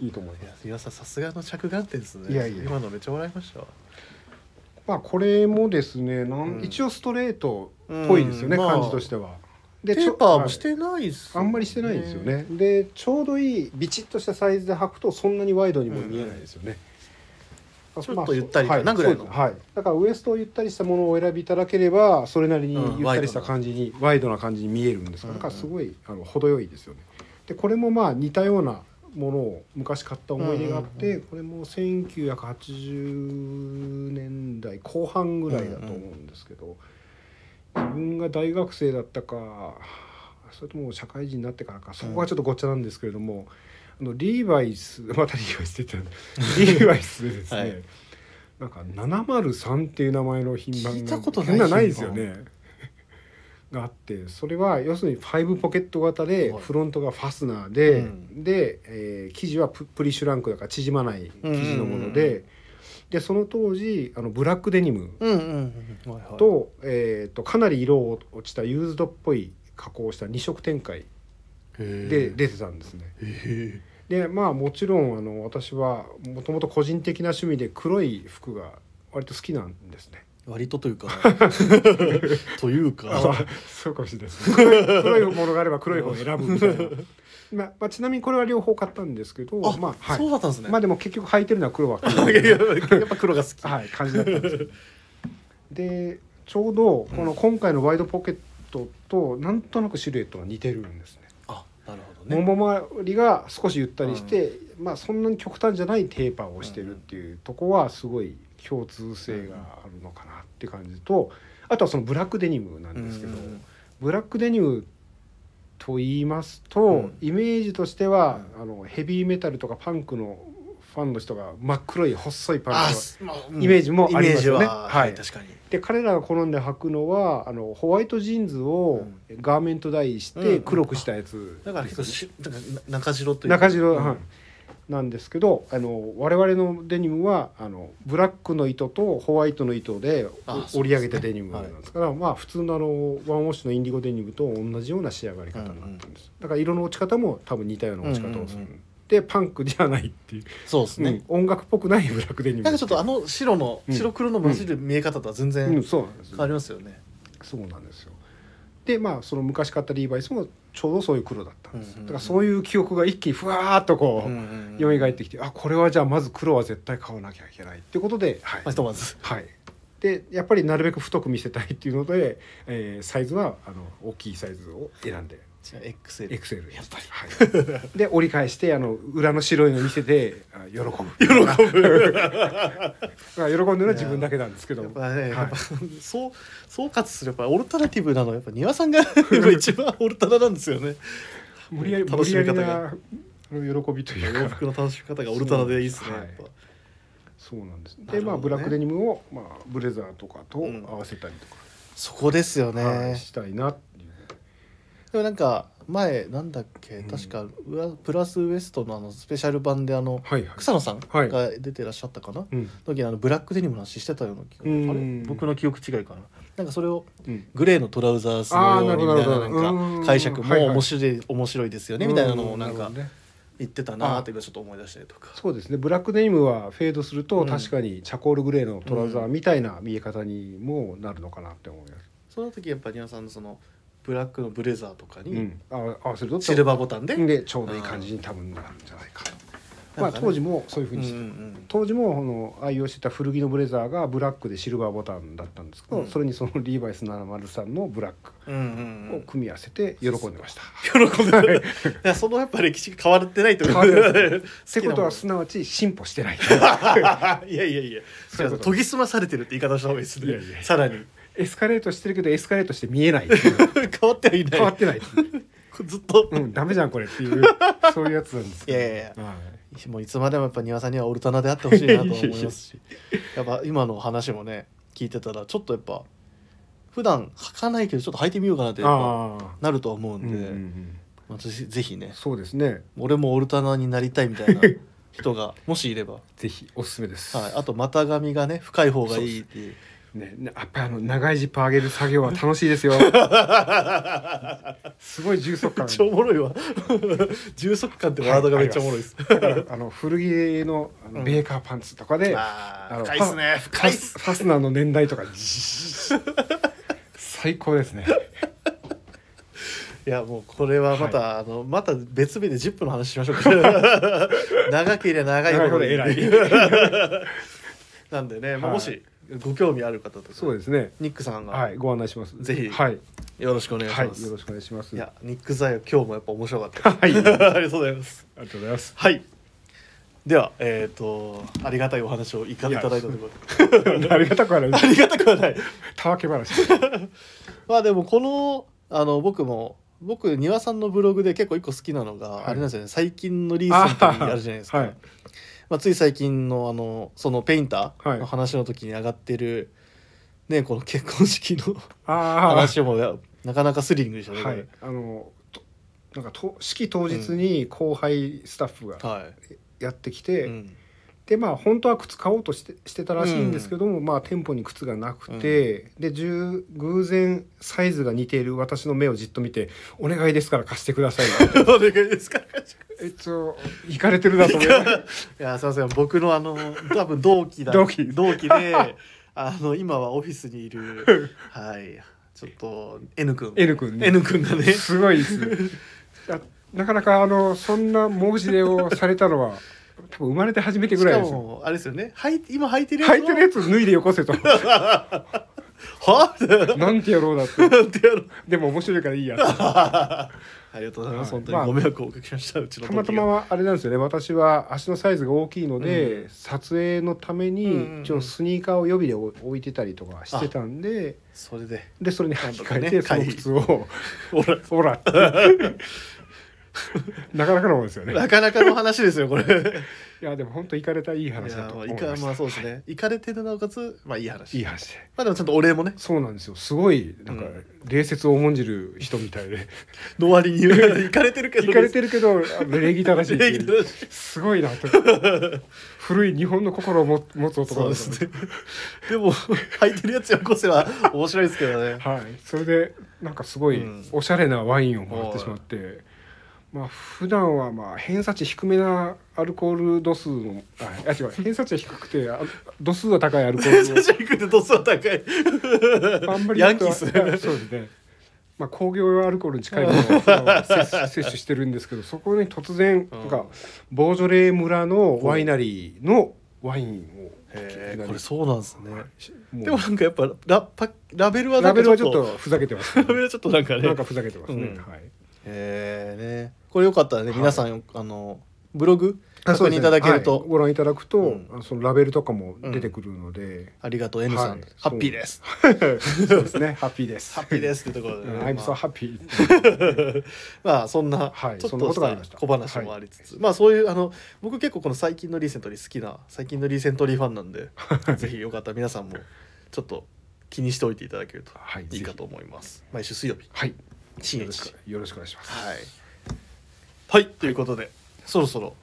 [SPEAKER 2] いいいと思います
[SPEAKER 1] や皆さんさすがの着眼点ですね
[SPEAKER 2] いやいや
[SPEAKER 1] 今のめっちゃ笑いましたわ
[SPEAKER 2] まあこれもですねなん、
[SPEAKER 1] うん
[SPEAKER 2] 一応ストレートっぽいですよね、
[SPEAKER 1] うんまあ
[SPEAKER 2] 感じとしては
[SPEAKER 1] ペ
[SPEAKER 2] でち
[SPEAKER 1] ー
[SPEAKER 2] ょ
[SPEAKER 1] パーも
[SPEAKER 2] はい
[SPEAKER 1] してないっす
[SPEAKER 2] あ
[SPEAKER 1] よね、
[SPEAKER 2] んまりしてないんですよね。でちょうどいいビチッとしたサイズで履くとそんなにワイドにも見えないですよね。
[SPEAKER 1] んちょっとゆったりかな
[SPEAKER 2] まあ
[SPEAKER 1] ぐらいの
[SPEAKER 2] そうですはい。だからウエストをゆったりしたものをお選びいただければそれなりに
[SPEAKER 1] うん
[SPEAKER 2] ゆったりした感じに、ワイドな感じに見えるんです
[SPEAKER 1] うん
[SPEAKER 2] が、だからすごいあの程よいですよね。でこれもまあ似たようなものを昔買った思い出があって、これも1980年代後半ぐらいだと思うんですけど、自分が大学生だったかそれとも社会人になってからかそこがちょっとごっちゃなんですけれども、あのリーバイス またリーバイスって言っ てたリーバイスでですね、
[SPEAKER 1] はい
[SPEAKER 2] なんか703っていう名前の品番が
[SPEAKER 1] 聞いたことない
[SPEAKER 2] 変なないですよね。があってそれは要するにファイブポケット型で
[SPEAKER 1] はい
[SPEAKER 2] フロントがファスナーで、
[SPEAKER 1] うん
[SPEAKER 2] で、えー生地はププリッシュランクだから縮まない生地のもので、
[SPEAKER 1] うんうんう
[SPEAKER 2] でその当時あのブラックデニム
[SPEAKER 1] うんうんうんはいはい
[SPEAKER 2] と,、えーとかなり色を落ちたユーズドっぽい加工をした2色展開で
[SPEAKER 1] で
[SPEAKER 2] 出てたんですね。
[SPEAKER 1] え
[SPEAKER 2] でまあもちろんあの私はもともと個人的な趣味で黒い服が割と好きなんですね。
[SPEAKER 1] 割とと いうかというか
[SPEAKER 2] あ そうかもしれないです黒い黒いものがあれば黒い方を選ぶみたい な、まあまあ、ちなみにこれは両方買ったんですけど
[SPEAKER 1] あ、
[SPEAKER 2] まあ、はい
[SPEAKER 1] そうだったんですね、
[SPEAKER 2] まあでも結局履いてるのは黒ばっかり
[SPEAKER 1] いやいややっぱ黒が好き
[SPEAKER 2] はい、感じだったんですよでちょうどこの今回のワイドポケットとなんとなくシルエットが似てるんですね。
[SPEAKER 1] あなるほどね
[SPEAKER 2] もも周りが少しゆったりして、まあそんなに極端じゃないテーパーをしてるっていうとこはすごい共通性があるのかなって感じと、ああとはそのブラックデニムなんですけど、
[SPEAKER 1] うん
[SPEAKER 2] ブラックデニムと言いますと、
[SPEAKER 1] うん
[SPEAKER 2] イメージとしては、あのヘビーメタルとかパンクのファンの人が真っ黒い細いパン
[SPEAKER 1] あ
[SPEAKER 2] クを
[SPEAKER 1] すまあ
[SPEAKER 2] イメージもありますよね
[SPEAKER 1] イメージは
[SPEAKER 2] はい
[SPEAKER 1] はい確かに
[SPEAKER 2] で彼らが好んで履くのはあのホワイトジーンズをガーメントダイし
[SPEAKER 1] う
[SPEAKER 2] て
[SPEAKER 1] ん
[SPEAKER 2] 黒くしたやつ
[SPEAKER 1] だから結構しだからな中城という
[SPEAKER 2] 中白、
[SPEAKER 1] うん
[SPEAKER 2] はいなんですけどあの我々のデニムはあのブラックの糸とホワイトの糸で
[SPEAKER 1] あ
[SPEAKER 2] お折り上げた
[SPEAKER 1] そうですね
[SPEAKER 2] デニムなんですからまあ普通のあのワンウォッシュのインディゴデニムと同じような仕上がり方になってるんです、だから色の落ち方も多分似たような落ち方をする、
[SPEAKER 1] うんうんうん
[SPEAKER 2] でパンクじゃないっていう、
[SPEAKER 1] そうですね
[SPEAKER 2] うん音楽っぽくないブラックデニム
[SPEAKER 1] なんかちょっとあの白の
[SPEAKER 2] うん
[SPEAKER 1] 白黒の混じる見え方とは全
[SPEAKER 2] うん
[SPEAKER 1] 然
[SPEAKER 2] そうなんです
[SPEAKER 1] 変わりますよね
[SPEAKER 2] そうなんですよでまあその昔買ったリーバイスもちょうどそういう黒だったんで
[SPEAKER 1] うん
[SPEAKER 2] す、
[SPEAKER 1] うんうん
[SPEAKER 2] だからそういう記憶が一気にふわーっとこう、蘇ってきてあこれはじゃあまず黒は絶対買わなきゃいけないっていうことではい、
[SPEAKER 1] まあひとまず
[SPEAKER 2] はい、でやっぱりなるべく太く見せたいっていうので、えーサイズはあの大きいサイズを選んで
[SPEAKER 1] じゃあ XL
[SPEAKER 2] XL やっぱり、はい、で折り返してあの裏の白いの見せてあ喜ぶ 喜ぶ 喜んでるのは自分だけなんですけど
[SPEAKER 1] やっぱね、
[SPEAKER 2] は
[SPEAKER 1] やっ
[SPEAKER 2] い
[SPEAKER 1] ぱそう総括すればオルタナティブなのはやっぱ庭さんが やっぱ一番オルタナなんですよね
[SPEAKER 2] 無理やり
[SPEAKER 1] 楽
[SPEAKER 2] 無理
[SPEAKER 1] し
[SPEAKER 2] や
[SPEAKER 1] み
[SPEAKER 2] り
[SPEAKER 1] 方が
[SPEAKER 2] なあの喜び という
[SPEAKER 1] 洋
[SPEAKER 2] か
[SPEAKER 1] 服の楽しみ方がオルタナでいいですね
[SPEAKER 2] そう
[SPEAKER 1] やっぱ
[SPEAKER 2] そうなんです、
[SPEAKER 1] なるほどね
[SPEAKER 2] でまあブラックデニムを、まあ、ブレザーとかと
[SPEAKER 1] うん
[SPEAKER 2] 合わせたりとか、
[SPEAKER 1] そこですよね、
[SPEAKER 2] はいしたいなっていう
[SPEAKER 1] でもなんか前なんだっけ
[SPEAKER 2] うん
[SPEAKER 1] 確かウラプラスウエストのあのスペシャル版であの
[SPEAKER 2] はいはい
[SPEAKER 1] 草野さん
[SPEAKER 2] はい
[SPEAKER 1] が出てらっしゃったかな、
[SPEAKER 2] うん
[SPEAKER 1] 時にあのブラックデニムの話してたような記憶
[SPEAKER 2] うん
[SPEAKER 1] あれ僕の記憶違いかななんかそれを
[SPEAKER 2] うん
[SPEAKER 1] グレーのトラウザースのようにみたいな
[SPEAKER 2] あーなるほどなるほど
[SPEAKER 1] なんか解釈も
[SPEAKER 2] うん
[SPEAKER 1] 面白い,、面白いですよねみたいなのをなん
[SPEAKER 2] う
[SPEAKER 1] か
[SPEAKER 2] るほどね
[SPEAKER 1] 言ってたなーっていうのをちょっと思い出したりとか
[SPEAKER 2] そうですねブラックデニムはフェードする
[SPEAKER 1] う
[SPEAKER 2] と
[SPEAKER 1] ん
[SPEAKER 2] 確かにチャコールグレーのトラウザーみたいな見え方にもなるのかなって思います、
[SPEAKER 1] その時やっぱり皆さんのそのブラックのブレザーとか
[SPEAKER 2] うん
[SPEAKER 1] に
[SPEAKER 2] あ合わせると
[SPEAKER 1] シルバーボタンで、
[SPEAKER 2] でちょうどいい感じに多分なるんじゃないか
[SPEAKER 1] あーな
[SPEAKER 2] まあ
[SPEAKER 1] んかね
[SPEAKER 2] 当時もそういうふう
[SPEAKER 1] うん
[SPEAKER 2] に
[SPEAKER 1] う
[SPEAKER 2] してた、
[SPEAKER 1] ん
[SPEAKER 2] 当時もこの愛用してた古着のブレザーがブラックでシルバーボタンだったんですけど、
[SPEAKER 1] うん
[SPEAKER 2] それにそのリーバイス703のブラック
[SPEAKER 1] うんうんう
[SPEAKER 2] を
[SPEAKER 1] ん
[SPEAKER 2] 組み合わせて喜んでました。
[SPEAKER 1] 喜んでる いやそのやっぱ歴史が変わってないと
[SPEAKER 2] 変わってない
[SPEAKER 1] いう
[SPEAKER 2] ってことはすなわち進歩してない。
[SPEAKER 1] いやいやいや
[SPEAKER 2] そういうこと
[SPEAKER 1] 研ぎ澄まされてるって言い方した方がいいですね
[SPEAKER 2] いやいや
[SPEAKER 1] さらに
[SPEAKER 2] エスカレートしてるけどエスカレートして見えない。
[SPEAKER 1] 変わってはいない
[SPEAKER 2] 変わってない。
[SPEAKER 1] ずっと、
[SPEAKER 2] うん、ダメじゃんこれっていうそういうやつなんですけど。
[SPEAKER 1] いやいやいや
[SPEAKER 2] はい
[SPEAKER 1] もういつまでもやっぱ庭さんにはオルタナであってほしいなと思いますしやっぱ今の話もね聞いてたらちょっとやっぱ普段履かないけどちょっと履いてみようかなってやっぱ
[SPEAKER 2] ああ。
[SPEAKER 1] なると思うん
[SPEAKER 2] うんうん
[SPEAKER 1] で、
[SPEAKER 2] うん
[SPEAKER 1] まあ、ぜひぜひね
[SPEAKER 2] そうですね。
[SPEAKER 1] 俺もオルタナになりたいみたいな 人がもしいれば、はい、
[SPEAKER 2] ぜひおすすめです。
[SPEAKER 1] あと股上がね深い方がいいっていう
[SPEAKER 2] ね、ねやっぱりあの長いジッパー上げる作業は楽し いですよ。すごい重足
[SPEAKER 1] めっ
[SPEAKER 2] 感。
[SPEAKER 1] ちゃおもろい わ充足感ってワードがめっちゃおもろいです、
[SPEAKER 2] だからあの古着のあ
[SPEAKER 1] う
[SPEAKER 2] の
[SPEAKER 1] ん
[SPEAKER 2] ベーカーパンツとかで、
[SPEAKER 1] あ
[SPEAKER 2] あ
[SPEAKER 1] ー
[SPEAKER 2] の
[SPEAKER 1] 深いっすね
[SPEAKER 2] フ
[SPEAKER 1] 深い
[SPEAKER 2] ァ
[SPEAKER 1] っ
[SPEAKER 2] ス
[SPEAKER 1] す
[SPEAKER 2] ファスナーの年代とか最高ですね
[SPEAKER 1] いやもうこれはまた、あのまた別日で10分の話しましょうか 長ければ長いほど
[SPEAKER 2] 長いほ
[SPEAKER 1] なんでね、まあ
[SPEAKER 2] は
[SPEAKER 1] も
[SPEAKER 2] い
[SPEAKER 1] しご興味ある方とか
[SPEAKER 2] そうですね
[SPEAKER 1] ニックさんが
[SPEAKER 2] はいご案内します
[SPEAKER 1] ぜひ
[SPEAKER 2] はい、
[SPEAKER 1] よろしくお願いし
[SPEAKER 2] はい、
[SPEAKER 1] ま
[SPEAKER 2] よ
[SPEAKER 1] す、
[SPEAKER 2] ろしくお願いします
[SPEAKER 1] い
[SPEAKER 2] あ
[SPEAKER 1] やニックザイは今日もやっぱ面白かった
[SPEAKER 2] は
[SPEAKER 1] あ
[SPEAKER 2] い
[SPEAKER 1] りがとうございます
[SPEAKER 2] りがとうございます
[SPEAKER 1] はいではえっ、とありがたいお話をいかいただいたところ
[SPEAKER 2] ありがたくはない
[SPEAKER 1] ありがたくはない
[SPEAKER 2] たわけ話
[SPEAKER 1] まあでもこのあの僕も僕庭さんのブログで結構一個好きなのが、
[SPEAKER 2] はい
[SPEAKER 1] あれなんですよね最近のリースの時にあるじゃないですか、
[SPEAKER 2] あーはい
[SPEAKER 1] まあ、つい最近のあのそのペインタ
[SPEAKER 2] は
[SPEAKER 1] ー
[SPEAKER 2] い
[SPEAKER 1] の話の時に上がってる、ねこの結婚式の
[SPEAKER 2] あ
[SPEAKER 1] 話もやなかなかスリリングでし
[SPEAKER 2] あ
[SPEAKER 1] たね、
[SPEAKER 2] は
[SPEAKER 1] こ
[SPEAKER 2] いあのとなんかと式当日に後輩スタッフが
[SPEAKER 1] れはい
[SPEAKER 2] やってきて、
[SPEAKER 1] うん
[SPEAKER 2] でまあ本当は靴買おうとしてしてたらしいんですけども、まあ店舗に靴がなくて、で十偶然サイズが似ている私の目をじっと見て「お願いですから貸してくだ さい」
[SPEAKER 1] お願いですか
[SPEAKER 2] えっと行かれてるなと思いま し
[SPEAKER 1] いやすいません僕のあの多分同期だ
[SPEAKER 2] 同期
[SPEAKER 1] であの今はオフィスにいるはいちょっと N 君
[SPEAKER 2] N 君ね
[SPEAKER 1] N 君がね
[SPEAKER 2] たすご いですねあなかなかあのそんな申し出をされたのは多分生まれて初めてぐらいです
[SPEAKER 1] しかもあれですよねはい今履いてる
[SPEAKER 2] 履いてる
[SPEAKER 1] や
[SPEAKER 2] やつ脱いでよこせと
[SPEAKER 1] つをはみたいな
[SPEAKER 2] なんてやろうだって
[SPEAKER 1] なんてやろう
[SPEAKER 2] でも面白いからいいや
[SPEAKER 1] ありがとうございます。
[SPEAKER 2] はい
[SPEAKER 1] 本当にご迷惑をおかけしました。うちの
[SPEAKER 2] たまたま
[SPEAKER 1] は
[SPEAKER 2] はあれなんですよね私は足のサイズが大きいので、
[SPEAKER 1] うん
[SPEAKER 2] 撮影のため
[SPEAKER 1] うんうんうん
[SPEAKER 2] に一応スニーカーを予備で置いてたりとかしてたんで
[SPEAKER 1] それで、
[SPEAKER 2] でそれに
[SPEAKER 1] なん
[SPEAKER 2] 履き
[SPEAKER 1] とか
[SPEAKER 2] 替
[SPEAKER 1] ね
[SPEAKER 2] えて、その靴を
[SPEAKER 1] ほら
[SPEAKER 2] 「ほら」 なかなかのもんですよね
[SPEAKER 1] なかなかの話ですよこれ。い
[SPEAKER 2] いやでも本当行かれたいい
[SPEAKER 1] や
[SPEAKER 2] 話だと
[SPEAKER 1] まあ
[SPEAKER 2] 思い
[SPEAKER 1] い
[SPEAKER 2] ま
[SPEAKER 1] か
[SPEAKER 2] した
[SPEAKER 1] まあそうですね。行かれてるなおかつまあいい話。
[SPEAKER 2] いい話で
[SPEAKER 1] まあでもちゃんとお礼もね。
[SPEAKER 2] そうなんですよすごいなんか礼節を重んじる人み たいで
[SPEAKER 1] の割に言う行かれてるけど。
[SPEAKER 2] 行かれてるけどあの礼儀正しいって
[SPEAKER 1] 礼儀
[SPEAKER 2] いう
[SPEAKER 1] 正しい
[SPEAKER 2] すごいなと古い日本の心をも持つ男
[SPEAKER 1] そう
[SPEAKER 2] な
[SPEAKER 1] んです
[SPEAKER 2] だと思って
[SPEAKER 1] ね。でも履いてるやつよこせは面白いですけど ね。
[SPEAKER 2] はい、それでなんかすごい
[SPEAKER 1] うん
[SPEAKER 2] おしゃれなワインをもらってしまって、まあ普段はまあ偏差値低めなアルコール度数のああ違う偏差値は低くてあ度数は高いアルコ
[SPEAKER 1] 最
[SPEAKER 2] ー
[SPEAKER 1] 初に行くって度数は高い。
[SPEAKER 2] ルをあんまり
[SPEAKER 1] ヤンキーっ
[SPEAKER 2] よ
[SPEAKER 1] す
[SPEAKER 2] く
[SPEAKER 1] ね
[SPEAKER 2] ははいそうですねまあ工業用アルコールに近いもの を摂取摂取してるんですけどそこに突然
[SPEAKER 1] うん
[SPEAKER 2] なんかボージョレー村のワイナリーのワインを
[SPEAKER 1] へえこれそうなんですね。
[SPEAKER 2] もう
[SPEAKER 1] でもなんかやっぱラパラベルはな
[SPEAKER 2] ラ
[SPEAKER 1] んか
[SPEAKER 2] ベ
[SPEAKER 1] ち
[SPEAKER 2] ル
[SPEAKER 1] ょっと
[SPEAKER 2] はちょっとふざけてます、
[SPEAKER 1] ラベルはちょっとなんかね。
[SPEAKER 2] なんかふざけてますね、
[SPEAKER 1] うん
[SPEAKER 2] はい
[SPEAKER 1] えーね、これよかったらね、
[SPEAKER 2] はい
[SPEAKER 1] 皆さんよあのブログ
[SPEAKER 2] あ
[SPEAKER 1] 確
[SPEAKER 2] そうで
[SPEAKER 1] 認
[SPEAKER 2] す
[SPEAKER 1] いた
[SPEAKER 2] ね
[SPEAKER 1] だける
[SPEAKER 2] は
[SPEAKER 1] と
[SPEAKER 2] いご覧いただくと、
[SPEAKER 1] うん
[SPEAKER 2] あのそのラベルとかも出てくるので、
[SPEAKER 1] 「ありがとう N さん、
[SPEAKER 2] はい
[SPEAKER 1] ハッピーです」
[SPEAKER 2] そうで すねハッピーです
[SPEAKER 1] ハッピーですす」ってところで、ねま
[SPEAKER 2] I'm so
[SPEAKER 1] あ
[SPEAKER 2] happy
[SPEAKER 1] まあそんな
[SPEAKER 2] はい
[SPEAKER 1] ちょっ
[SPEAKER 2] そん
[SPEAKER 1] と
[SPEAKER 2] なこ
[SPEAKER 1] し
[SPEAKER 2] とがありました
[SPEAKER 1] た小話もありつつ、まあそういうあの僕結構この最近のリーセントリー好きな最近のリーセントリーファンなんでぜひよかったら皆さんもちょっと気にしておいていただけると
[SPEAKER 2] はい
[SPEAKER 1] いいか
[SPEAKER 2] ぜ
[SPEAKER 1] と思います毎週水曜日
[SPEAKER 2] ひはい
[SPEAKER 1] 深夜
[SPEAKER 2] よろ
[SPEAKER 1] に
[SPEAKER 2] しくよろしくお願いします
[SPEAKER 1] はい、はい、ということでそろそろ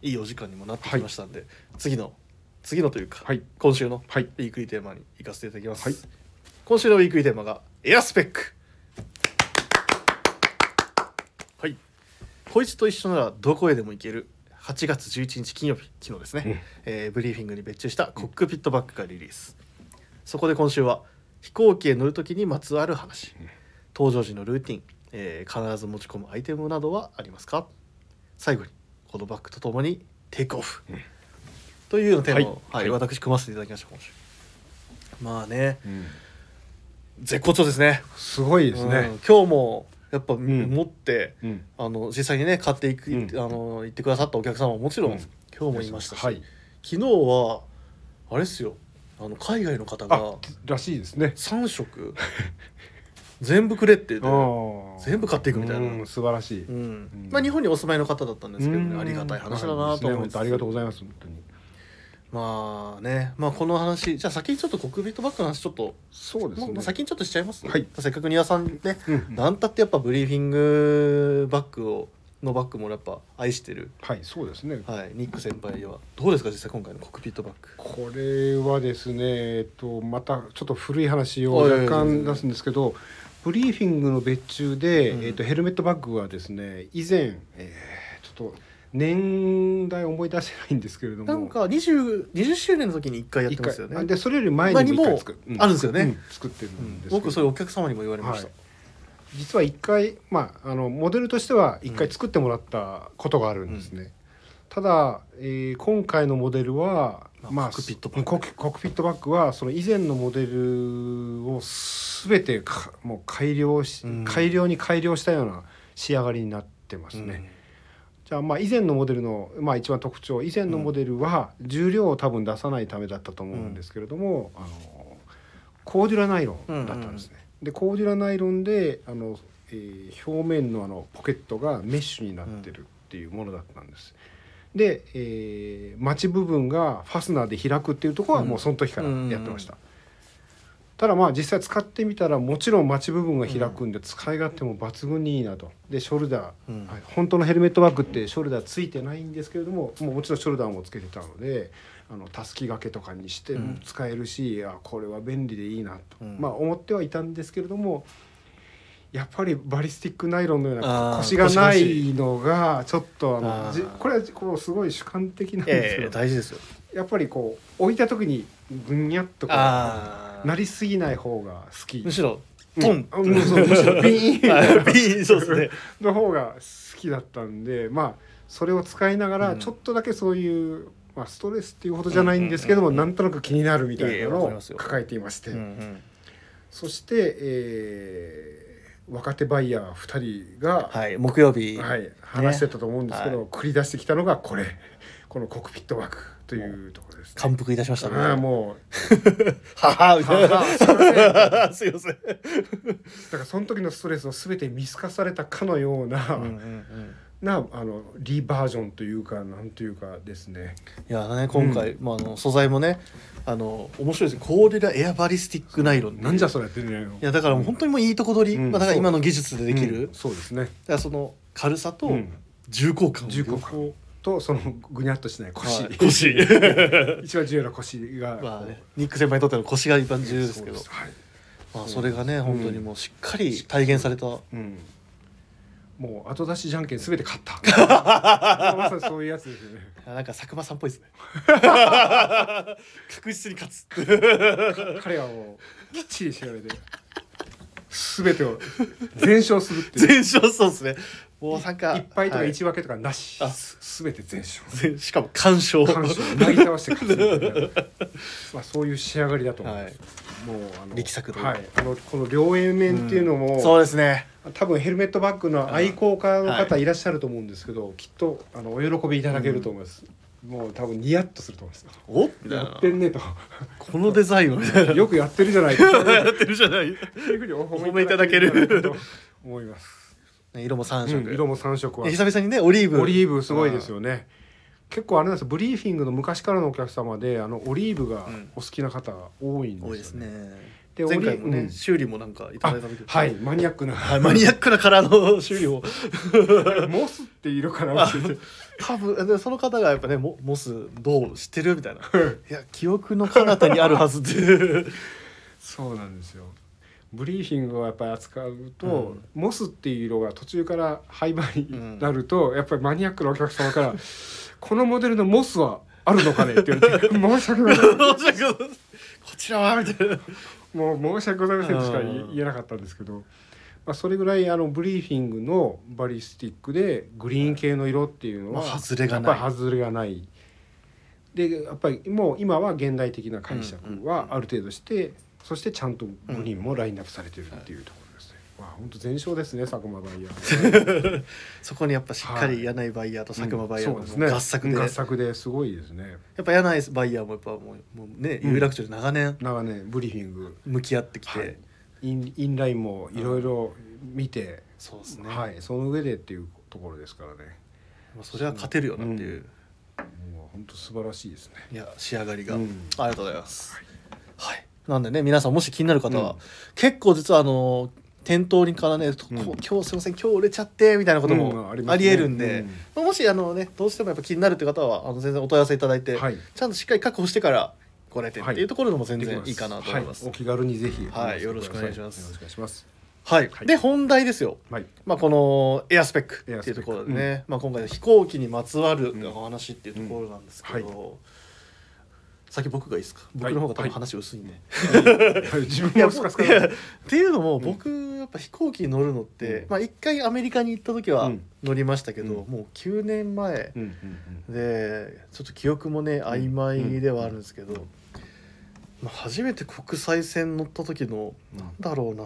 [SPEAKER 1] いいお時間にもなってきましたんで、次の次のというか、
[SPEAKER 2] はい
[SPEAKER 1] 今週の
[SPEAKER 2] はい
[SPEAKER 1] ウィークリーテーマに行かせていただきます、
[SPEAKER 2] はい
[SPEAKER 1] 今週のウィークリーテーマがエアスペックはいこいつと一緒ならどこへでも行ける8月11日金曜日昨日ですね、
[SPEAKER 2] うん
[SPEAKER 1] えーブリーフィングに別注したコックピットバッグがリリースそこで今週は飛行機へ乗る時にまつわる話
[SPEAKER 2] うん
[SPEAKER 1] 搭乗時のルーティン、えー必ず持ち込むアイテムなどはありますか最後にこのバッグとともにテイクオフ、
[SPEAKER 2] うん
[SPEAKER 1] というようなテーマを、は
[SPEAKER 2] はいいはい
[SPEAKER 1] 私組ませていただきました今週まあね
[SPEAKER 2] うん
[SPEAKER 1] 絶好調ですね
[SPEAKER 2] すごいです
[SPEAKER 1] うん
[SPEAKER 2] ね
[SPEAKER 1] 今日もやっぱ、
[SPEAKER 2] ん
[SPEAKER 1] 持って
[SPEAKER 2] うん
[SPEAKER 1] あの実際にね買っていく、
[SPEAKER 2] うん
[SPEAKER 1] あの行ってくださったお客様ももちろん、
[SPEAKER 2] うん
[SPEAKER 1] 今日もいましたし、
[SPEAKER 2] はい
[SPEAKER 1] 昨日はあれですよあの海外の方
[SPEAKER 2] あ
[SPEAKER 1] が
[SPEAKER 2] らしいですね
[SPEAKER 1] 3食全部くれって言って
[SPEAKER 2] ああ
[SPEAKER 1] 全部買っていくみたいな
[SPEAKER 2] うん素晴らしい
[SPEAKER 1] うん
[SPEAKER 2] うん
[SPEAKER 1] まあ、日本にお住まいの方だったんですけどねありがたい話だなと思
[SPEAKER 2] っ
[SPEAKER 1] ってて
[SPEAKER 2] ありがとうございます本当に
[SPEAKER 1] まあね、まあ、この話じゃあ先にちょっとコックピットバッグの話ちょっと、
[SPEAKER 2] そうです
[SPEAKER 1] まあ
[SPEAKER 2] ね
[SPEAKER 1] まあ先にちょっとしちゃいます、
[SPEAKER 2] はい
[SPEAKER 1] せっかく庭さんね、
[SPEAKER 2] うんうん
[SPEAKER 1] なんたってやっぱブリーフィングバッグをのバッグもやっぱ愛してる、
[SPEAKER 2] はいそうですね
[SPEAKER 1] はい、ニック先輩はどうですか実際今回のコックピットバッグ
[SPEAKER 2] これはですね、えっと、またちょっと古い話を
[SPEAKER 1] はいはい
[SPEAKER 2] 若
[SPEAKER 1] 全然
[SPEAKER 2] 干出すんですけどブリーフィングの別注で、
[SPEAKER 1] うん
[SPEAKER 2] えっと、ヘルメットバッグはですね以前、えーちょっと年代思い出せないんですけれども
[SPEAKER 1] なんか 20, 20周年の時に1回やっ
[SPEAKER 2] 一
[SPEAKER 1] てま
[SPEAKER 2] 回
[SPEAKER 1] すよ
[SPEAKER 2] あ
[SPEAKER 1] ね
[SPEAKER 2] でそれより前にも
[SPEAKER 1] 前
[SPEAKER 2] 一
[SPEAKER 1] にも
[SPEAKER 2] 回作う
[SPEAKER 1] あるんですよね
[SPEAKER 2] う作ってる
[SPEAKER 1] うんん
[SPEAKER 2] ですけど
[SPEAKER 1] 僕それお客様にも言われました、
[SPEAKER 2] はい実は一回、まあ、あのモデルとしては一
[SPEAKER 1] う
[SPEAKER 2] 回
[SPEAKER 1] ん
[SPEAKER 2] 作ってもらったことがあるんですね、ただ、えー今回のモデルは、
[SPEAKER 1] ま
[SPEAKER 2] ま
[SPEAKER 1] あ
[SPEAKER 2] あ
[SPEAKER 1] コックピットバッグ
[SPEAKER 2] コックコックピットバッグはその以前のモデルを全てかもう改良し、
[SPEAKER 1] うん
[SPEAKER 2] 改良に改良したような仕上がりになってます
[SPEAKER 1] うん
[SPEAKER 2] ね、じゃあまあ以前のモデルの、まあ、一番特徴以前のモデルは重量を多分出さないためだったと思うんですけれども、あのコーデュラナイロンだったんですね。でコーデュラナイロンであの、えー表面のあのポケットがメッシュになってるっていうものだったんです。で、えー、待ち部分がファスナーで開くっていうところはもうその時からやってました。ただまあ実際使ってみたらもちろん待ち部分が開くんで使い勝手も抜群にいいなと。でショルダー
[SPEAKER 1] うん
[SPEAKER 2] はい、本当のヘルメットバッグってショルダーついてないんですけれどももうもちろんショルダーもつけてたのであのたすき掛けとかにして
[SPEAKER 1] うん
[SPEAKER 2] 使えるし、あこれは便利でいいなと、
[SPEAKER 1] うん
[SPEAKER 2] まあ思ってはいたんですけれどもやっぱりバリスティックナイロンのよう
[SPEAKER 1] あー
[SPEAKER 2] な腰がないのがちょっとあの
[SPEAKER 1] あー
[SPEAKER 2] じこれはこうすごい主観的 なんですけ
[SPEAKER 1] ええ、
[SPEAKER 2] ど
[SPEAKER 1] 大事ですよ
[SPEAKER 2] やっぱりこう置いた時にぐにゃっとこう
[SPEAKER 1] あ
[SPEAKER 2] なりすぎない方が好き
[SPEAKER 1] む。しろトン、
[SPEAKER 2] うんうんそうむし ろピーン
[SPEAKER 1] はいピーンそうですね
[SPEAKER 2] の方が好きだったんでまあそれを使いなが
[SPEAKER 1] う
[SPEAKER 2] ら
[SPEAKER 1] ん
[SPEAKER 2] ちょっとだけそういう、まあ、ストレスっていうほどじゃないんですけども、
[SPEAKER 1] うんうんうん
[SPEAKER 2] なんとなく気になるみたいな
[SPEAKER 1] い
[SPEAKER 2] の
[SPEAKER 1] えいえわかり
[SPEAKER 2] を
[SPEAKER 1] ますよ
[SPEAKER 2] 抱えていまして、
[SPEAKER 1] うんうん
[SPEAKER 2] そして、えー若手バイヤー2人が、
[SPEAKER 1] はい、木曜日、
[SPEAKER 2] はい話してたと思うんですけど、
[SPEAKER 1] は
[SPEAKER 2] 繰り出してきたのがこれこのコックピット枠というところです、ね。
[SPEAKER 1] 感服いたしましたね。
[SPEAKER 2] ああも
[SPEAKER 1] はは
[SPEAKER 2] う
[SPEAKER 1] み
[SPEAKER 2] は
[SPEAKER 1] たい
[SPEAKER 2] はすいませんだか
[SPEAKER 1] な。 すいません。
[SPEAKER 2] らその時のストレスを全て見透かされたかのような、
[SPEAKER 1] うんうんうん
[SPEAKER 2] なあのリバージョンというかなんというかですね
[SPEAKER 1] いやね今回、まあ、あの素材もねあの面白いですねコーデラエアバリスティックナイロンっていう
[SPEAKER 2] なんじゃそれってね
[SPEAKER 1] いやだからもう本当にもういいとこ取り、
[SPEAKER 2] うん
[SPEAKER 1] まあ、だから今の技術でできる、
[SPEAKER 2] う
[SPEAKER 1] だ
[SPEAKER 2] ん
[SPEAKER 1] か
[SPEAKER 2] そうですね
[SPEAKER 1] らその軽さと
[SPEAKER 2] うん
[SPEAKER 1] 重厚感を
[SPEAKER 2] 重厚
[SPEAKER 1] 両方
[SPEAKER 2] 感とそのぐにゃっとしない腰、
[SPEAKER 1] はい腰
[SPEAKER 2] 一番重要な腰が、
[SPEAKER 1] まあね、ニック先輩にとっての腰が一番重要ですけど
[SPEAKER 2] そうはい
[SPEAKER 1] まあ、それがね
[SPEAKER 2] ん
[SPEAKER 1] 本当にもうしっかり体現された、
[SPEAKER 2] うん、もう後出しじゃんけんすべて勝った まさにそういうやつですよね
[SPEAKER 1] あなんか佐久間さんっぽい ですね確実に勝つ
[SPEAKER 2] 彼はもうきっちり調べてすべてを全勝するっていう
[SPEAKER 1] 全勝そうですねもうなんか
[SPEAKER 2] 一敗とか
[SPEAKER 1] はい
[SPEAKER 2] 一分けとかなし、
[SPEAKER 1] あ
[SPEAKER 2] すべて全勝
[SPEAKER 1] 全しかも完勝
[SPEAKER 2] 完勝なぎ倒して勝つみた いなまあそういう仕上がりだと思います、もうあの
[SPEAKER 1] 力作というか
[SPEAKER 2] はい、あのこの両円面っていうのも、
[SPEAKER 1] そうですね
[SPEAKER 2] 多分ヘルメットバッグの愛好家の
[SPEAKER 1] は
[SPEAKER 2] 方いらっしゃると思うんですけど、きっとあのお喜びいただけると思います、もう多分ニヤッとすると思います
[SPEAKER 1] おみたい
[SPEAKER 2] や
[SPEAKER 1] な
[SPEAKER 2] ってんねと
[SPEAKER 1] このデザインをみたいな
[SPEAKER 2] よくやってるじゃない かと
[SPEAKER 1] やってるじゃない
[SPEAKER 2] いうふうにお
[SPEAKER 1] 褒めいただける
[SPEAKER 2] お褒めいただけると思います、
[SPEAKER 1] ね色も3
[SPEAKER 2] う
[SPEAKER 1] 色、
[SPEAKER 2] ん、色も3色は
[SPEAKER 1] え久々にねオリーブ
[SPEAKER 2] オリーブすごいですよね結構あれなんですよブリーフィングの昔からのお客様であのオリーブが
[SPEAKER 1] うん
[SPEAKER 2] お好きな方が多いんですよ、ね
[SPEAKER 1] 多いですね
[SPEAKER 2] で
[SPEAKER 1] 前回もね、
[SPEAKER 2] オリうん
[SPEAKER 1] 修理もなんかいた
[SPEAKER 2] あ
[SPEAKER 1] だいたみたいな
[SPEAKER 2] はいマニアックな
[SPEAKER 1] はいマニアックなカラーの修理を
[SPEAKER 2] モスって色かなって言って
[SPEAKER 1] 多分でその方がやっぱねモモスどう知ってるみたいないや記憶の彼方にあるはずっていう
[SPEAKER 2] そうなんですよブリーフィングをやっぱり扱うと、
[SPEAKER 1] うん
[SPEAKER 2] モスっていう色が途中から廃盤になると、やっぱりマニアックなお客様から「このモデルのモスはあるのかね?」って言われて「申し訳ございま
[SPEAKER 1] 申し訳ございませんこちらはみたいな
[SPEAKER 2] せん」もう申し訳ございませんとしか
[SPEAKER 1] う
[SPEAKER 2] 言
[SPEAKER 1] ん
[SPEAKER 2] 言えなかったんですけど、まあ、それぐらいあのブリーフィングのバリスティックでグリーン系の色っていうのは、
[SPEAKER 1] まあ外れがない
[SPEAKER 2] やっぱり外れがない。でやっぱりもう今は現代的な解釈はある程度して、そしてちゃんとグリーンもラインナップされてるっていうところですね。まあ本当全勝ですね佐久間バイヤー。
[SPEAKER 1] そこにやっぱしっかり柳井バイヤーと 佐久間バイヤー
[SPEAKER 2] うん
[SPEAKER 1] の
[SPEAKER 2] そう
[SPEAKER 1] もう合作で,、
[SPEAKER 2] 合作ですごいですね。
[SPEAKER 1] やっぱ柳井バイヤーもやっぱもうもうね
[SPEAKER 2] うん
[SPEAKER 1] 有楽町で長年
[SPEAKER 2] 長年ブリーフィング、
[SPEAKER 1] 向き合ってきて、
[SPEAKER 2] はい、インインラインもいろいろ見て、
[SPEAKER 1] そうですね、
[SPEAKER 2] はいその上でっていうところですからね。
[SPEAKER 1] まあ、それは勝てるよなっていう、
[SPEAKER 2] もう本当素晴らしいですね。
[SPEAKER 1] いや仕上がりが、
[SPEAKER 2] うん
[SPEAKER 1] ありがとうございますはい、なんでね皆さんもし気になる方は、
[SPEAKER 2] うん
[SPEAKER 1] 結構実はあの店頭にからね、とこ
[SPEAKER 2] うん
[SPEAKER 1] 今日すいません今日売れちゃってみたいなこと
[SPEAKER 2] うん
[SPEAKER 1] も
[SPEAKER 2] ありますね
[SPEAKER 1] ありえるんで、
[SPEAKER 2] うん
[SPEAKER 1] まあもしあのねどうしてもやっぱ気になるって方はあの全然お問い合わせいただいて、
[SPEAKER 2] はい
[SPEAKER 1] ちゃんとしっかり確保してからご来店っていうところでも全
[SPEAKER 2] でき
[SPEAKER 1] 然
[SPEAKER 2] ま
[SPEAKER 1] い
[SPEAKER 2] す
[SPEAKER 1] いかなと思います
[SPEAKER 2] はお気軽にぜひ
[SPEAKER 1] はいよろしくお願いします
[SPEAKER 2] よろしくお願いします。
[SPEAKER 1] はい、
[SPEAKER 2] はい
[SPEAKER 1] で本題ですよ
[SPEAKER 2] はい。
[SPEAKER 1] まあ、このエアスペック
[SPEAKER 2] エ
[SPEAKER 1] っ
[SPEAKER 2] アス
[SPEAKER 1] て
[SPEAKER 2] ペ
[SPEAKER 1] いう
[SPEAKER 2] ック
[SPEAKER 1] ところでね、まあ、今回の飛行機にまつわるお話っていうところなんですけど、
[SPEAKER 2] うんうん
[SPEAKER 1] 先僕がいいですか僕の方が多分話薄いんで、
[SPEAKER 2] 自
[SPEAKER 1] い
[SPEAKER 2] 分
[SPEAKER 1] や
[SPEAKER 2] もスカスカ
[SPEAKER 1] い
[SPEAKER 2] だ
[SPEAKER 1] やっていうのも僕やっぱ飛行機に乗るのって、
[SPEAKER 2] うん
[SPEAKER 1] まあ一回アメリカに行った時は
[SPEAKER 2] うん
[SPEAKER 1] 乗りましたけど、
[SPEAKER 2] うん
[SPEAKER 1] もう9年前
[SPEAKER 2] うんうんうん
[SPEAKER 1] でちょっと記憶もね曖昧ではあるんですけど、まあ、初めて国際線乗った時のなんだろうな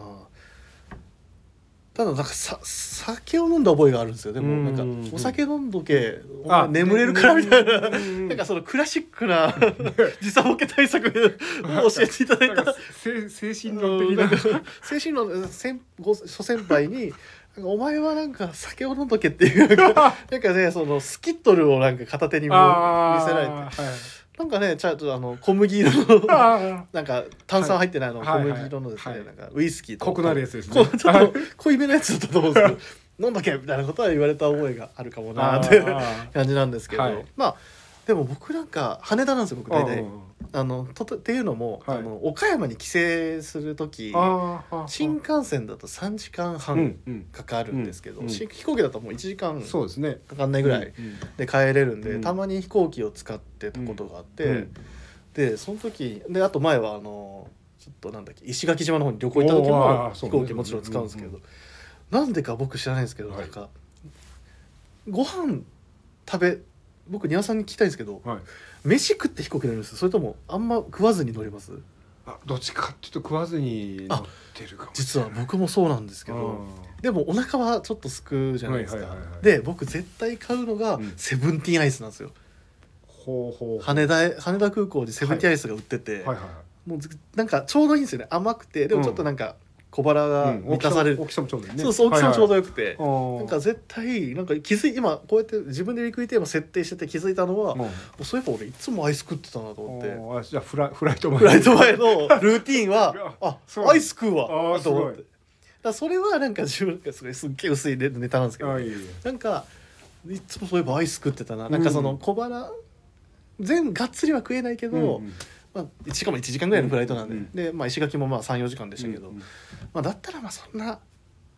[SPEAKER 1] ただなんかさ酒を飲んだ覚えがあるんですよでもなんか
[SPEAKER 2] うんうんうん
[SPEAKER 1] お酒飲んどけお
[SPEAKER 2] あ
[SPEAKER 1] 前眠れるからみたいな
[SPEAKER 2] うんうんうん
[SPEAKER 1] なんかそのクラシックな 時差ボケ対策を教えていただい
[SPEAKER 2] なん
[SPEAKER 1] た
[SPEAKER 2] かせ精神論的な
[SPEAKER 1] うんんか精神論先ご諸先輩に「なんかお前はなんか酒を飲んどけ」っていうなん かなんかねそのスキットルをなんか片手にも見せられて
[SPEAKER 2] あーはい
[SPEAKER 1] なんかねちゃんとあの小麦色の
[SPEAKER 2] あ
[SPEAKER 1] なんか炭酸入ってないあの小
[SPEAKER 2] はい
[SPEAKER 1] 麦色のですね、
[SPEAKER 2] はいはい
[SPEAKER 1] なんかウイスキー
[SPEAKER 2] ー濃くなるやつですね
[SPEAKER 1] こうちょっと濃いめのやつだったと思うんです けど飲んどけみたいなことは言われた覚えがあるかもなっていう
[SPEAKER 2] あ
[SPEAKER 1] 感じなんですけど、
[SPEAKER 2] はい
[SPEAKER 1] まあでも僕なんか羽田なんですよ僕大体。
[SPEAKER 2] ー
[SPEAKER 1] あのととっていうのも、
[SPEAKER 2] はい
[SPEAKER 1] あの岡山に帰省する時
[SPEAKER 2] あー
[SPEAKER 1] 新幹線だと3時間
[SPEAKER 2] うん
[SPEAKER 1] 半
[SPEAKER 2] うん
[SPEAKER 1] かかるんですけど、
[SPEAKER 2] うんうん
[SPEAKER 1] し飛行機だともう1時間
[SPEAKER 2] そうですね
[SPEAKER 1] かかんないぐらい
[SPEAKER 2] うんうん
[SPEAKER 1] で帰れるんで、
[SPEAKER 2] うん
[SPEAKER 1] たまに飛行機を使ってたことがあって、
[SPEAKER 2] うん
[SPEAKER 1] でその時であと前はあのちょっとなんだっけ石垣島の方に旅行行った時
[SPEAKER 2] おーあ
[SPEAKER 1] も
[SPEAKER 2] ーそ
[SPEAKER 1] 飛
[SPEAKER 2] うね
[SPEAKER 1] 行機もちろん使うんですけど、
[SPEAKER 2] うんう
[SPEAKER 1] なんでか僕知らないんですけど、
[SPEAKER 2] はい
[SPEAKER 1] なんかご飯食べ僕庭さんに聞きたいんですけど
[SPEAKER 2] はい
[SPEAKER 1] 飯食って飛行機乗りますそれともあんま食わずに乗ります
[SPEAKER 2] あどっちかっていうと食わずに乗ってるかも
[SPEAKER 1] 実は僕もそうなんですけど、でもお腹はちょっとすくじゃないですか、
[SPEAKER 2] はいはいはいはい
[SPEAKER 1] で僕絶対買うのが
[SPEAKER 2] うん
[SPEAKER 1] セブンティーンアイスなんですよ、
[SPEAKER 2] ほうほう
[SPEAKER 1] 羽田へ羽田空港でセブンティーンアイスが売ってて、
[SPEAKER 2] はいはい
[SPEAKER 1] もうずなんかちょうどいいんですよね甘くてでもちょっとなんか小腹
[SPEAKER 2] は
[SPEAKER 1] が
[SPEAKER 2] いうん
[SPEAKER 1] 満たされる、
[SPEAKER 2] 大きさも大きさもちょうどいいね
[SPEAKER 1] そうそう大きさもちょうど
[SPEAKER 2] いい
[SPEAKER 1] よくて、
[SPEAKER 2] あー
[SPEAKER 1] なんか絶対なんか気づい今こうやって自分でリクイテーマ設定してて気づいたのは、もうそういえば俺いつもアイス食ってたなと思って
[SPEAKER 2] うんあじゃあフライフライト前
[SPEAKER 1] フライト前 のルーティン
[SPEAKER 2] い
[SPEAKER 1] は
[SPEAKER 2] や
[SPEAKER 1] あ
[SPEAKER 2] そう
[SPEAKER 1] アイス食う
[SPEAKER 2] あ
[SPEAKER 1] わ
[SPEAKER 2] ー
[SPEAKER 1] と思ってだ
[SPEAKER 2] すご
[SPEAKER 1] からそれはなんか自分がすごいすっげえ薄いネネタなんですけど、
[SPEAKER 2] あいいいい
[SPEAKER 1] なんかいつもそういえばアイス食ってたな、なんかその
[SPEAKER 2] うん
[SPEAKER 1] 小腹全がっつりは食えないけど、
[SPEAKER 2] うんうん
[SPEAKER 1] まあ、しかも1時間ぐらいのフライトなんで、
[SPEAKER 2] うん
[SPEAKER 1] で、まあ、石垣もまあ34時間でしたけど、
[SPEAKER 2] うんうん
[SPEAKER 1] まあ、だったらまあそんな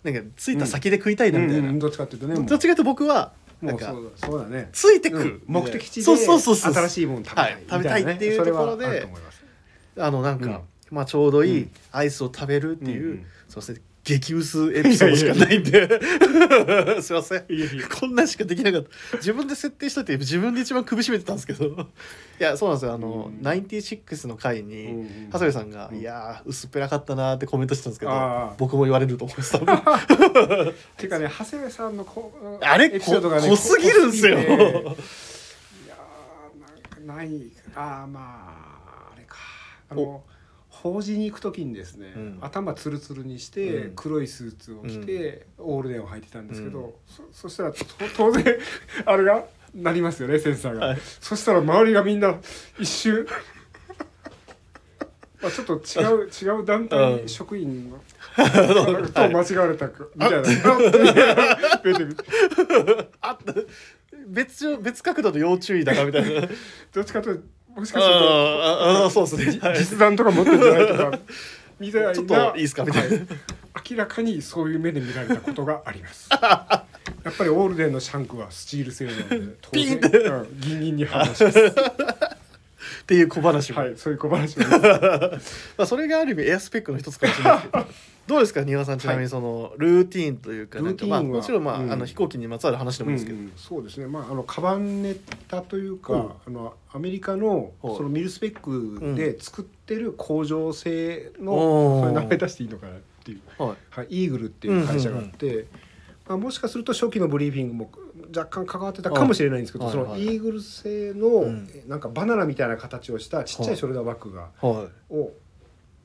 [SPEAKER 1] なんか着いた先で食いたいなみたいな、
[SPEAKER 2] うんうんどっちかっていうとねもう
[SPEAKER 1] どっちかというと僕はな
[SPEAKER 2] も
[SPEAKER 1] ん
[SPEAKER 2] う
[SPEAKER 1] か
[SPEAKER 2] そうだそうだね
[SPEAKER 1] ついてく、
[SPEAKER 2] うん目的地で
[SPEAKER 1] そうそうそうそう
[SPEAKER 2] 新しいものを食べたいみたなね
[SPEAKER 1] はい食べたいっていうところで
[SPEAKER 2] それはあると思います
[SPEAKER 1] あのなんか、まあ、ちょうどいいアイスを食べるっていう、
[SPEAKER 2] うんうん
[SPEAKER 1] すいません激薄エピソードしかないんで すいません
[SPEAKER 2] いやいや
[SPEAKER 1] こんなんしかできなかった自分で設定しといて自分で一番首絞めてたんですけど いやそうなんですよあの、
[SPEAKER 2] うん
[SPEAKER 1] 96の回に、
[SPEAKER 2] うんうん
[SPEAKER 1] 長谷部さんが「
[SPEAKER 2] うん
[SPEAKER 1] いやー薄っぺらかったな」ってコメントしてたんですけど
[SPEAKER 2] あー
[SPEAKER 1] 僕も言われると思います多分
[SPEAKER 2] ていうかね長谷部さんのこ
[SPEAKER 1] あれ
[SPEAKER 2] エピソードがね
[SPEAKER 1] こ濃すぎるんですよ
[SPEAKER 2] 濃すぎていやーなんかないあーまああれかあの法事に行く時にですね、
[SPEAKER 1] うん
[SPEAKER 2] 頭ツルツルにして、
[SPEAKER 1] うん
[SPEAKER 2] 黒いスーツを着て、オールデンを履いてたんですけど、
[SPEAKER 1] うん
[SPEAKER 2] そそしたらと当然あれがなりますよねセンサーが、
[SPEAKER 1] はい
[SPEAKER 2] そしたら周りがみんな一瞬まあちょっと違う違う団
[SPEAKER 1] う
[SPEAKER 2] 体
[SPEAKER 1] ん
[SPEAKER 2] 職 員のと間違われたかみたいな出てる
[SPEAKER 1] あっ別別角度で要注意だなみたい なあー
[SPEAKER 2] どっちかというともしかすると
[SPEAKER 1] あー そうですね、はい
[SPEAKER 2] 実弾とか持ってんじゃないと かみたいな
[SPEAKER 1] ちょっといいですかみたいな
[SPEAKER 2] は明らかにそういう目で見られたことがあります やっぱりオールデンのシャンクはスチール製なので当
[SPEAKER 1] ピン
[SPEAKER 2] 然
[SPEAKER 1] って
[SPEAKER 2] うんギンギンに反応 します
[SPEAKER 1] っていう小話も、
[SPEAKER 2] はいそういう小話もあります
[SPEAKER 1] まあ、それがある意味エアスペックの一つかもしれないですけ どどうですか丹羽さんちなみにそのルーティーンというかなんか、まあ、
[SPEAKER 2] ルー
[SPEAKER 1] も
[SPEAKER 2] ティーンは
[SPEAKER 1] ちろん、まあ
[SPEAKER 2] うん
[SPEAKER 1] あの飛行機にまつわる話でもいいですけど、
[SPEAKER 2] うんそうですねまああのカバンネタというか、
[SPEAKER 1] うん
[SPEAKER 2] あのアメリカの
[SPEAKER 1] はい
[SPEAKER 2] そのミルスペックで作ってる工場製の、
[SPEAKER 1] おー
[SPEAKER 2] それ名前出していいのかなっていう
[SPEAKER 1] はい、
[SPEAKER 2] はい、イーグルっていう会社があって、まあ、もしかすると初期のブリーフィングも若干関わってたかもしれないんですけど、
[SPEAKER 1] はい
[SPEAKER 2] そ
[SPEAKER 1] は
[SPEAKER 2] の
[SPEAKER 1] い
[SPEAKER 2] イーグル製
[SPEAKER 1] う
[SPEAKER 2] の
[SPEAKER 1] ん
[SPEAKER 2] えなんかバナナみたいな形をしたちっちゃいショルダーバッグが、
[SPEAKER 1] はい
[SPEAKER 2] を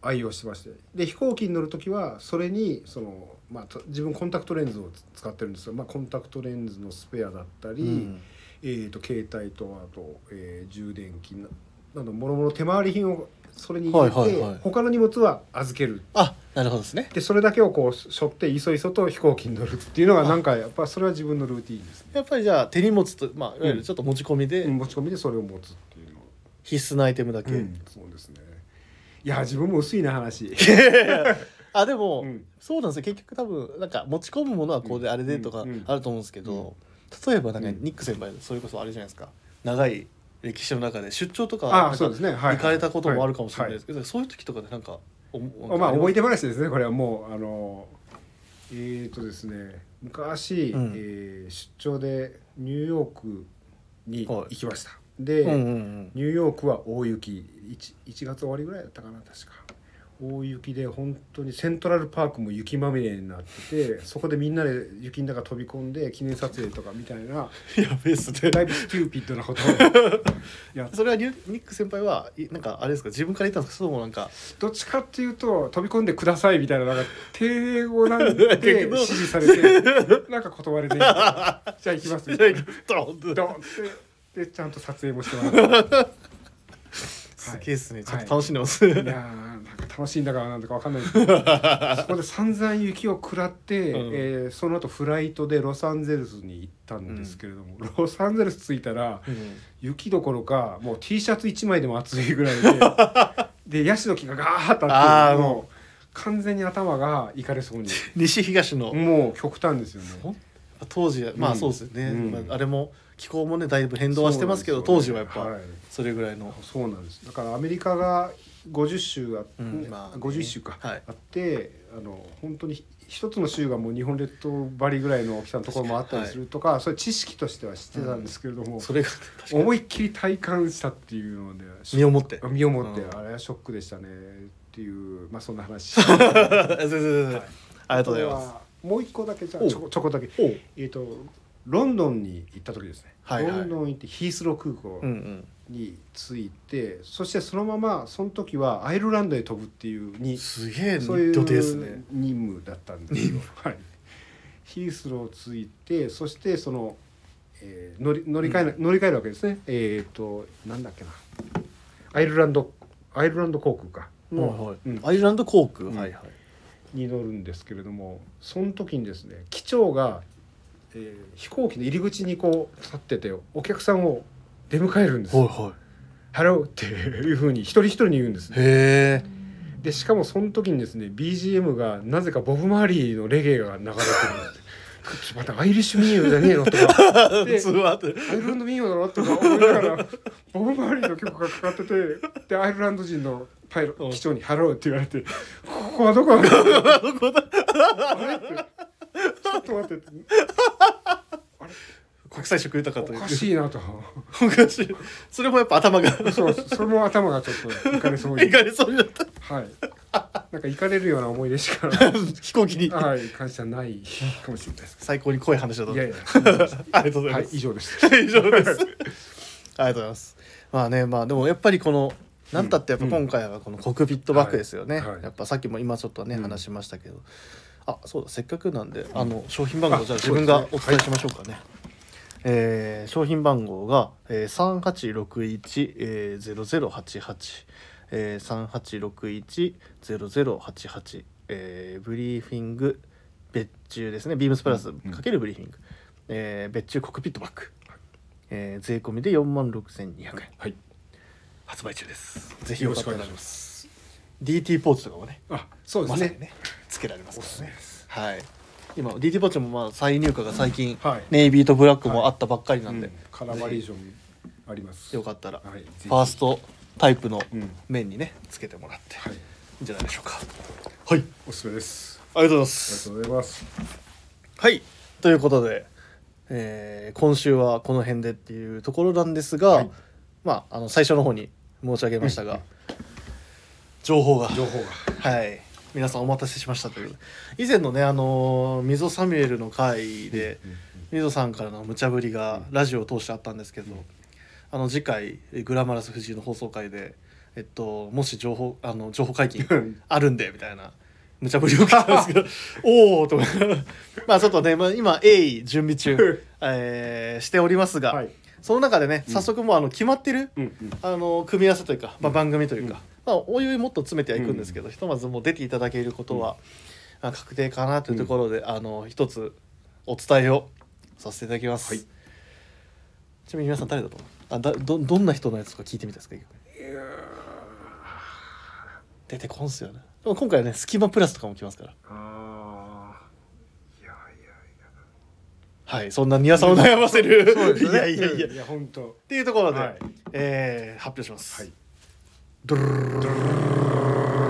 [SPEAKER 2] 愛用してましてで飛行機に乗る時はそれにその、まあ、と自分コンタクトレンズを使ってるんですよ、まあ、コンタクトレンズのスペアだったり、
[SPEAKER 1] うん
[SPEAKER 2] えー、と携帯とあと、えー充電器ななどもろもろ手回り品をそれに入れて、
[SPEAKER 1] はいはいはい
[SPEAKER 2] 他の荷物は預ける
[SPEAKER 1] あなるほどですね
[SPEAKER 2] でそれだけをこう背負っていそいそと飛行機に乗るっていうのがなんかやっぱそれは自分のルーティンですね
[SPEAKER 1] やっぱりじゃあ手荷物と、まあ、いわゆるちょっと持ち込みで
[SPEAKER 2] 持ち込みでそれを持つっていうのは、
[SPEAKER 1] 必須なアイテムだけ、
[SPEAKER 2] そうですねいや自分も薄いな 話
[SPEAKER 1] あでも、
[SPEAKER 2] うん
[SPEAKER 1] そうなんですよ結局多分なんか持ち込むものはこうで
[SPEAKER 2] うん
[SPEAKER 1] あれでとか
[SPEAKER 2] うんうん
[SPEAKER 1] あると思うんですけど、
[SPEAKER 2] うん
[SPEAKER 1] 例えばなんか
[SPEAKER 2] うん
[SPEAKER 1] ニック先輩それこそあれじゃないですか長い歴史の中で出張とか
[SPEAKER 2] あ
[SPEAKER 1] なんか
[SPEAKER 2] そうですねはい
[SPEAKER 1] 行かれたこともあるかもしれない
[SPEAKER 2] は
[SPEAKER 1] ですけど、そういう時とかでなんかお
[SPEAKER 2] おまあ思い
[SPEAKER 1] 出
[SPEAKER 2] 出話ですねこれはもうあのえっ、とですね昔、
[SPEAKER 1] うん
[SPEAKER 2] えー出張でニューヨークに行きました、
[SPEAKER 1] う
[SPEAKER 2] で、
[SPEAKER 1] んうんうん
[SPEAKER 2] ニューヨークは大雪 1, 1月終わりぐらいだったかな確か大雪で本当にセントラルパークも雪まみれになっててそこでみんなで雪の中飛び込んで記念撮影とかみたいな
[SPEAKER 1] やべえっすね
[SPEAKER 2] だいぶスキューピッドなことをやっ
[SPEAKER 1] それはニュニック先輩はいなんかあれですか自分から言ったんですかそれともなんか
[SPEAKER 2] どっちかっていうと飛び込んでくださいみたいななんか英語なんで指示されてなんか断れてじゃあ行きますみた いな
[SPEAKER 1] ドンって
[SPEAKER 2] ドンってでちゃんと撮影もしてもらって。
[SPEAKER 1] すげえっすね
[SPEAKER 2] はい
[SPEAKER 1] ちょっと楽しんでます、
[SPEAKER 2] いやーなんか楽しいんだからなんだかわかんないです けどそこで散々雪を食らって、
[SPEAKER 1] うん
[SPEAKER 2] えーその後フライトでロサンゼルスに行ったんですけれども、ロサンゼルス着いたら
[SPEAKER 1] うん
[SPEAKER 2] 雪どころかもう T シャツ1枚でも暑いぐらい ででヤシの木がガーッとあ
[SPEAKER 1] あ
[SPEAKER 2] っ
[SPEAKER 1] ー
[SPEAKER 2] てもう完全に頭がいかれそうに
[SPEAKER 1] 西東の、
[SPEAKER 2] もう極端ですよね。
[SPEAKER 1] 当時はまあ
[SPEAKER 2] うん
[SPEAKER 1] そうですよね、
[SPEAKER 2] うん
[SPEAKER 1] まあ、あれも気候もねだいぶ変動はしてますけど
[SPEAKER 2] そうな
[SPEAKER 1] 当
[SPEAKER 2] んです
[SPEAKER 1] 時
[SPEAKER 2] よ
[SPEAKER 1] はや
[SPEAKER 2] ね
[SPEAKER 1] っぱ
[SPEAKER 2] はい
[SPEAKER 1] それぐらいの、
[SPEAKER 2] そうなんですだからアメリカが50週あ、
[SPEAKER 1] うんまあね
[SPEAKER 2] 51週か、
[SPEAKER 1] はい
[SPEAKER 2] あってあの本当にひ一つの州がもう日本列島ばりぐらいの大きさのところもあったりするとか、それ知識としては知ってたんですけれども、
[SPEAKER 1] それが確かに
[SPEAKER 2] 思いっきり体感したっていうのでショ
[SPEAKER 1] 身をもって
[SPEAKER 2] 身をもって、
[SPEAKER 1] うん
[SPEAKER 2] あれはショックでしたねっていうまあそんな 話
[SPEAKER 1] そうそうそうそうありがとうございます
[SPEAKER 2] すもう一個だけじゃあ
[SPEAKER 1] おう
[SPEAKER 2] ちょこちょこだけ
[SPEAKER 1] おう
[SPEAKER 2] えっ、とロンドンに行った時ですね、
[SPEAKER 1] はいはい
[SPEAKER 2] ロンドン行ってヒースロー空港
[SPEAKER 1] うん
[SPEAKER 2] に着いて、そしてそのままその時はアイルランドへ飛ぶっていう
[SPEAKER 1] う
[SPEAKER 2] に
[SPEAKER 1] んすげえ
[SPEAKER 2] そういう
[SPEAKER 1] 土手ですね
[SPEAKER 2] 任務だったんですよ。はい、ヒースロー着いてそしてその、えー乗り乗り換えな、乗り換えるわけですね。えっ、となんだっけなアイルランドアイルランド航空
[SPEAKER 1] は
[SPEAKER 2] か
[SPEAKER 1] い
[SPEAKER 2] の、
[SPEAKER 1] はい
[SPEAKER 2] うん
[SPEAKER 1] アイルランド航空、
[SPEAKER 2] うん
[SPEAKER 1] はいはい
[SPEAKER 2] に乗るんですけれどもその時にですね機長が、えー飛行機の入り口にこう立っててお客さんを出迎えるんです
[SPEAKER 1] はい
[SPEAKER 2] よ。
[SPEAKER 1] は
[SPEAKER 2] ハローっていうふうに一人一人に言うんですね
[SPEAKER 1] いへえ
[SPEAKER 2] でしかもその時にですね BGM がなぜかボブ・マーリーのレゲエが流れてるちょまたアイリッシュ民謡じゃねえのとか で
[SPEAKER 1] 普通は
[SPEAKER 2] アイルランド民謡だろとか思いながらボブ・マーリーの曲がかかっててでアイルランド人のパイロッ
[SPEAKER 1] う
[SPEAKER 2] ト
[SPEAKER 1] ん
[SPEAKER 2] 機長に「ハロー」って言われて「ここはど こなんだ?」
[SPEAKER 1] どこだ
[SPEAKER 2] あれってちょっと待って
[SPEAKER 1] 国際色豊かと
[SPEAKER 2] お
[SPEAKER 1] いう
[SPEAKER 2] かしいなと
[SPEAKER 1] おかしいそれもやっぱ頭が
[SPEAKER 2] そうそれも頭がちょっといかれそう
[SPEAKER 1] い
[SPEAKER 2] に
[SPEAKER 1] かれそうになった
[SPEAKER 2] はいなんかいかれるような思い出しかは
[SPEAKER 1] 飛行機に
[SPEAKER 2] い感謝ないかもしれないです
[SPEAKER 1] 最高に濃い話だと
[SPEAKER 2] いやいや
[SPEAKER 1] ありがとうござ
[SPEAKER 2] はいい
[SPEAKER 1] ま、す、
[SPEAKER 2] 以上です。
[SPEAKER 1] 以上です ありがとうございますまあねまあでもやっぱりこのなんたってやっぱ今回はこのコックピットバッグですよね、
[SPEAKER 2] はいはい
[SPEAKER 1] やっぱさっきも今ちょっとね
[SPEAKER 2] うん
[SPEAKER 1] 話しましたけど、あそうだせっかくなんであの商品番号じゃあ自分がお伝えしましょうかねえー商品番号が、えー、3861、えー、0088、えー、3861-0088、えー、ブリーフィング別注ですねビームスプラス
[SPEAKER 2] うん
[SPEAKER 1] かけるブリーフィング、えー別注コックピットバッグ、えー税込みで4万6200円
[SPEAKER 2] はい、
[SPEAKER 1] 発売中ですぜひ
[SPEAKER 2] よ
[SPEAKER 1] よ
[SPEAKER 2] ろ
[SPEAKER 1] かっ
[SPEAKER 2] し
[SPEAKER 1] た
[SPEAKER 2] く
[SPEAKER 1] ら
[SPEAKER 2] お願いします。
[SPEAKER 1] DT ポーチとかもね
[SPEAKER 2] あ、そうで
[SPEAKER 1] ますさ
[SPEAKER 2] ね
[SPEAKER 1] に。ねつけられます
[SPEAKER 2] おすす
[SPEAKER 1] から
[SPEAKER 2] め
[SPEAKER 1] ね
[SPEAKER 2] です。
[SPEAKER 1] はい今 DT ポーチもまあ再入荷が最近、
[SPEAKER 2] はい
[SPEAKER 1] ネイビーとブラックもあったばっかりなんで、
[SPEAKER 2] うんカラーバリエーションあります。
[SPEAKER 1] よかったら、
[SPEAKER 2] はい、
[SPEAKER 1] ファース
[SPEAKER 2] ト。
[SPEAKER 1] トタイプの
[SPEAKER 2] うん、
[SPEAKER 1] 面にねつけてもらって、
[SPEAKER 2] はい
[SPEAKER 1] い、、いんじゃないでしょうかはいあり
[SPEAKER 2] おすすめです。
[SPEAKER 1] がとうございま
[SPEAKER 2] ありがと
[SPEAKER 1] す
[SPEAKER 2] うございます。
[SPEAKER 1] はいということで、えー今週はこの辺でっていうところなんですが、
[SPEAKER 2] はい
[SPEAKER 1] まああの最初の方に申し上げましたが、
[SPEAKER 2] うん
[SPEAKER 1] 情報が
[SPEAKER 2] 情報が。
[SPEAKER 1] はい皆さんお待たせしましたという以前のねあのー溝サミュエルの回で
[SPEAKER 2] うんうん
[SPEAKER 1] 溝さんからの無茶ぶりがラジオを通してあったんですけど、あの次回えグラマラス藤井の放送回でえっともし情報あの情報解禁あるんでみたいな無茶ぶりを受けたんです けどおおと思いながらまあちょっとね、まあ、今鋭意準備中、えーしておりますが、
[SPEAKER 2] はい。
[SPEAKER 1] その中でね
[SPEAKER 2] うん
[SPEAKER 1] 早速もうあの決まってる、
[SPEAKER 2] うんうん。
[SPEAKER 1] あの組み合わせというか、まあ、番組というか、
[SPEAKER 2] う
[SPEAKER 1] ま
[SPEAKER 2] ん
[SPEAKER 1] あ、おいおいもっと詰めてはいくんですけど、ひとまずもう出ていただけることは、あ確定かなというところで、あの一つお伝えをさせていただきます、
[SPEAKER 2] はい
[SPEAKER 1] ちなみに皆さん誰だと思うあだどどんな人のやつか聞いてみたいですか逆に出てこんすよねでも今回はね「スキマプラス」とかも来ますから
[SPEAKER 2] ああ。いやいや。
[SPEAKER 1] はいそんな宮さんを悩ませる、
[SPEAKER 2] そうですよ
[SPEAKER 1] い
[SPEAKER 2] ね。
[SPEAKER 1] やいやいや、
[SPEAKER 2] うんい
[SPEAKER 1] っ
[SPEAKER 2] や、本当。
[SPEAKER 1] ていうところで、
[SPEAKER 2] はい
[SPEAKER 1] えー発表します、
[SPEAKER 2] はい。
[SPEAKER 1] ドゥルルルルルルルル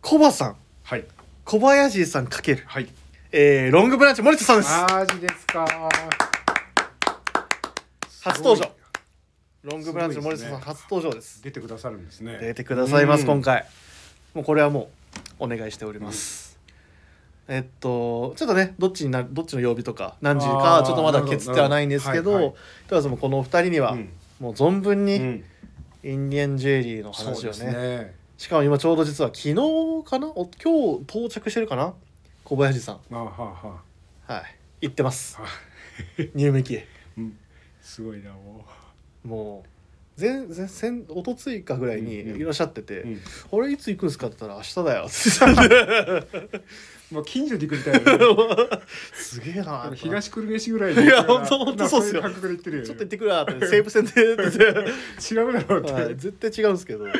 [SPEAKER 1] コバさん
[SPEAKER 2] はい。
[SPEAKER 1] 小林さんかける、
[SPEAKER 2] はい。
[SPEAKER 1] えー、ロングブランチ森田さんです
[SPEAKER 2] マジですか。
[SPEAKER 1] 初登場
[SPEAKER 2] すごい
[SPEAKER 1] ロングブランチの森田さん初登場です
[SPEAKER 2] 出てくださるんですね。
[SPEAKER 1] 出てくださいます
[SPEAKER 2] うん
[SPEAKER 1] 今。回もうこれはもうお願いしております、えっとちょっとねどっちになどっちの曜日とか何時か
[SPEAKER 2] あ
[SPEAKER 1] は
[SPEAKER 2] ー
[SPEAKER 1] ちょっとまだ決ってはないんですけど
[SPEAKER 2] なるほどはいは
[SPEAKER 1] ひとまずもうこのお二人には、
[SPEAKER 2] うん
[SPEAKER 1] もう存分
[SPEAKER 2] う
[SPEAKER 1] に
[SPEAKER 2] ん。
[SPEAKER 1] インディアンジェリーの話
[SPEAKER 2] そう
[SPEAKER 1] を
[SPEAKER 2] です
[SPEAKER 1] ね,、
[SPEAKER 2] ね。
[SPEAKER 1] しかも今ちょうど実は昨日かなお今日到着してるかな小林さん
[SPEAKER 2] あーはあはあ。
[SPEAKER 1] はい行ってます
[SPEAKER 2] は
[SPEAKER 1] 入門機へ
[SPEAKER 2] うん、すごいなも
[SPEAKER 1] もう前前先おとついかぐらいに
[SPEAKER 2] うんうん
[SPEAKER 1] いらっしゃってて「
[SPEAKER 2] う、うん、
[SPEAKER 1] あれいつ行くんですか?」って言ったら「明日だよ」って言って
[SPEAKER 2] まあ近所で来るみたい な、ね、
[SPEAKER 1] たすげえな
[SPEAKER 2] 東久留米市ぐらい
[SPEAKER 1] いやほんとほんと
[SPEAKER 2] まあ
[SPEAKER 1] そうっすよ
[SPEAKER 2] い感覚で行ってるよ、ね、
[SPEAKER 1] ちょっと行ってくるわって西武線でって言って
[SPEAKER 2] 違うだろうって、
[SPEAKER 1] はい、絶対違うんですけど、まあ、
[SPEAKER 2] へ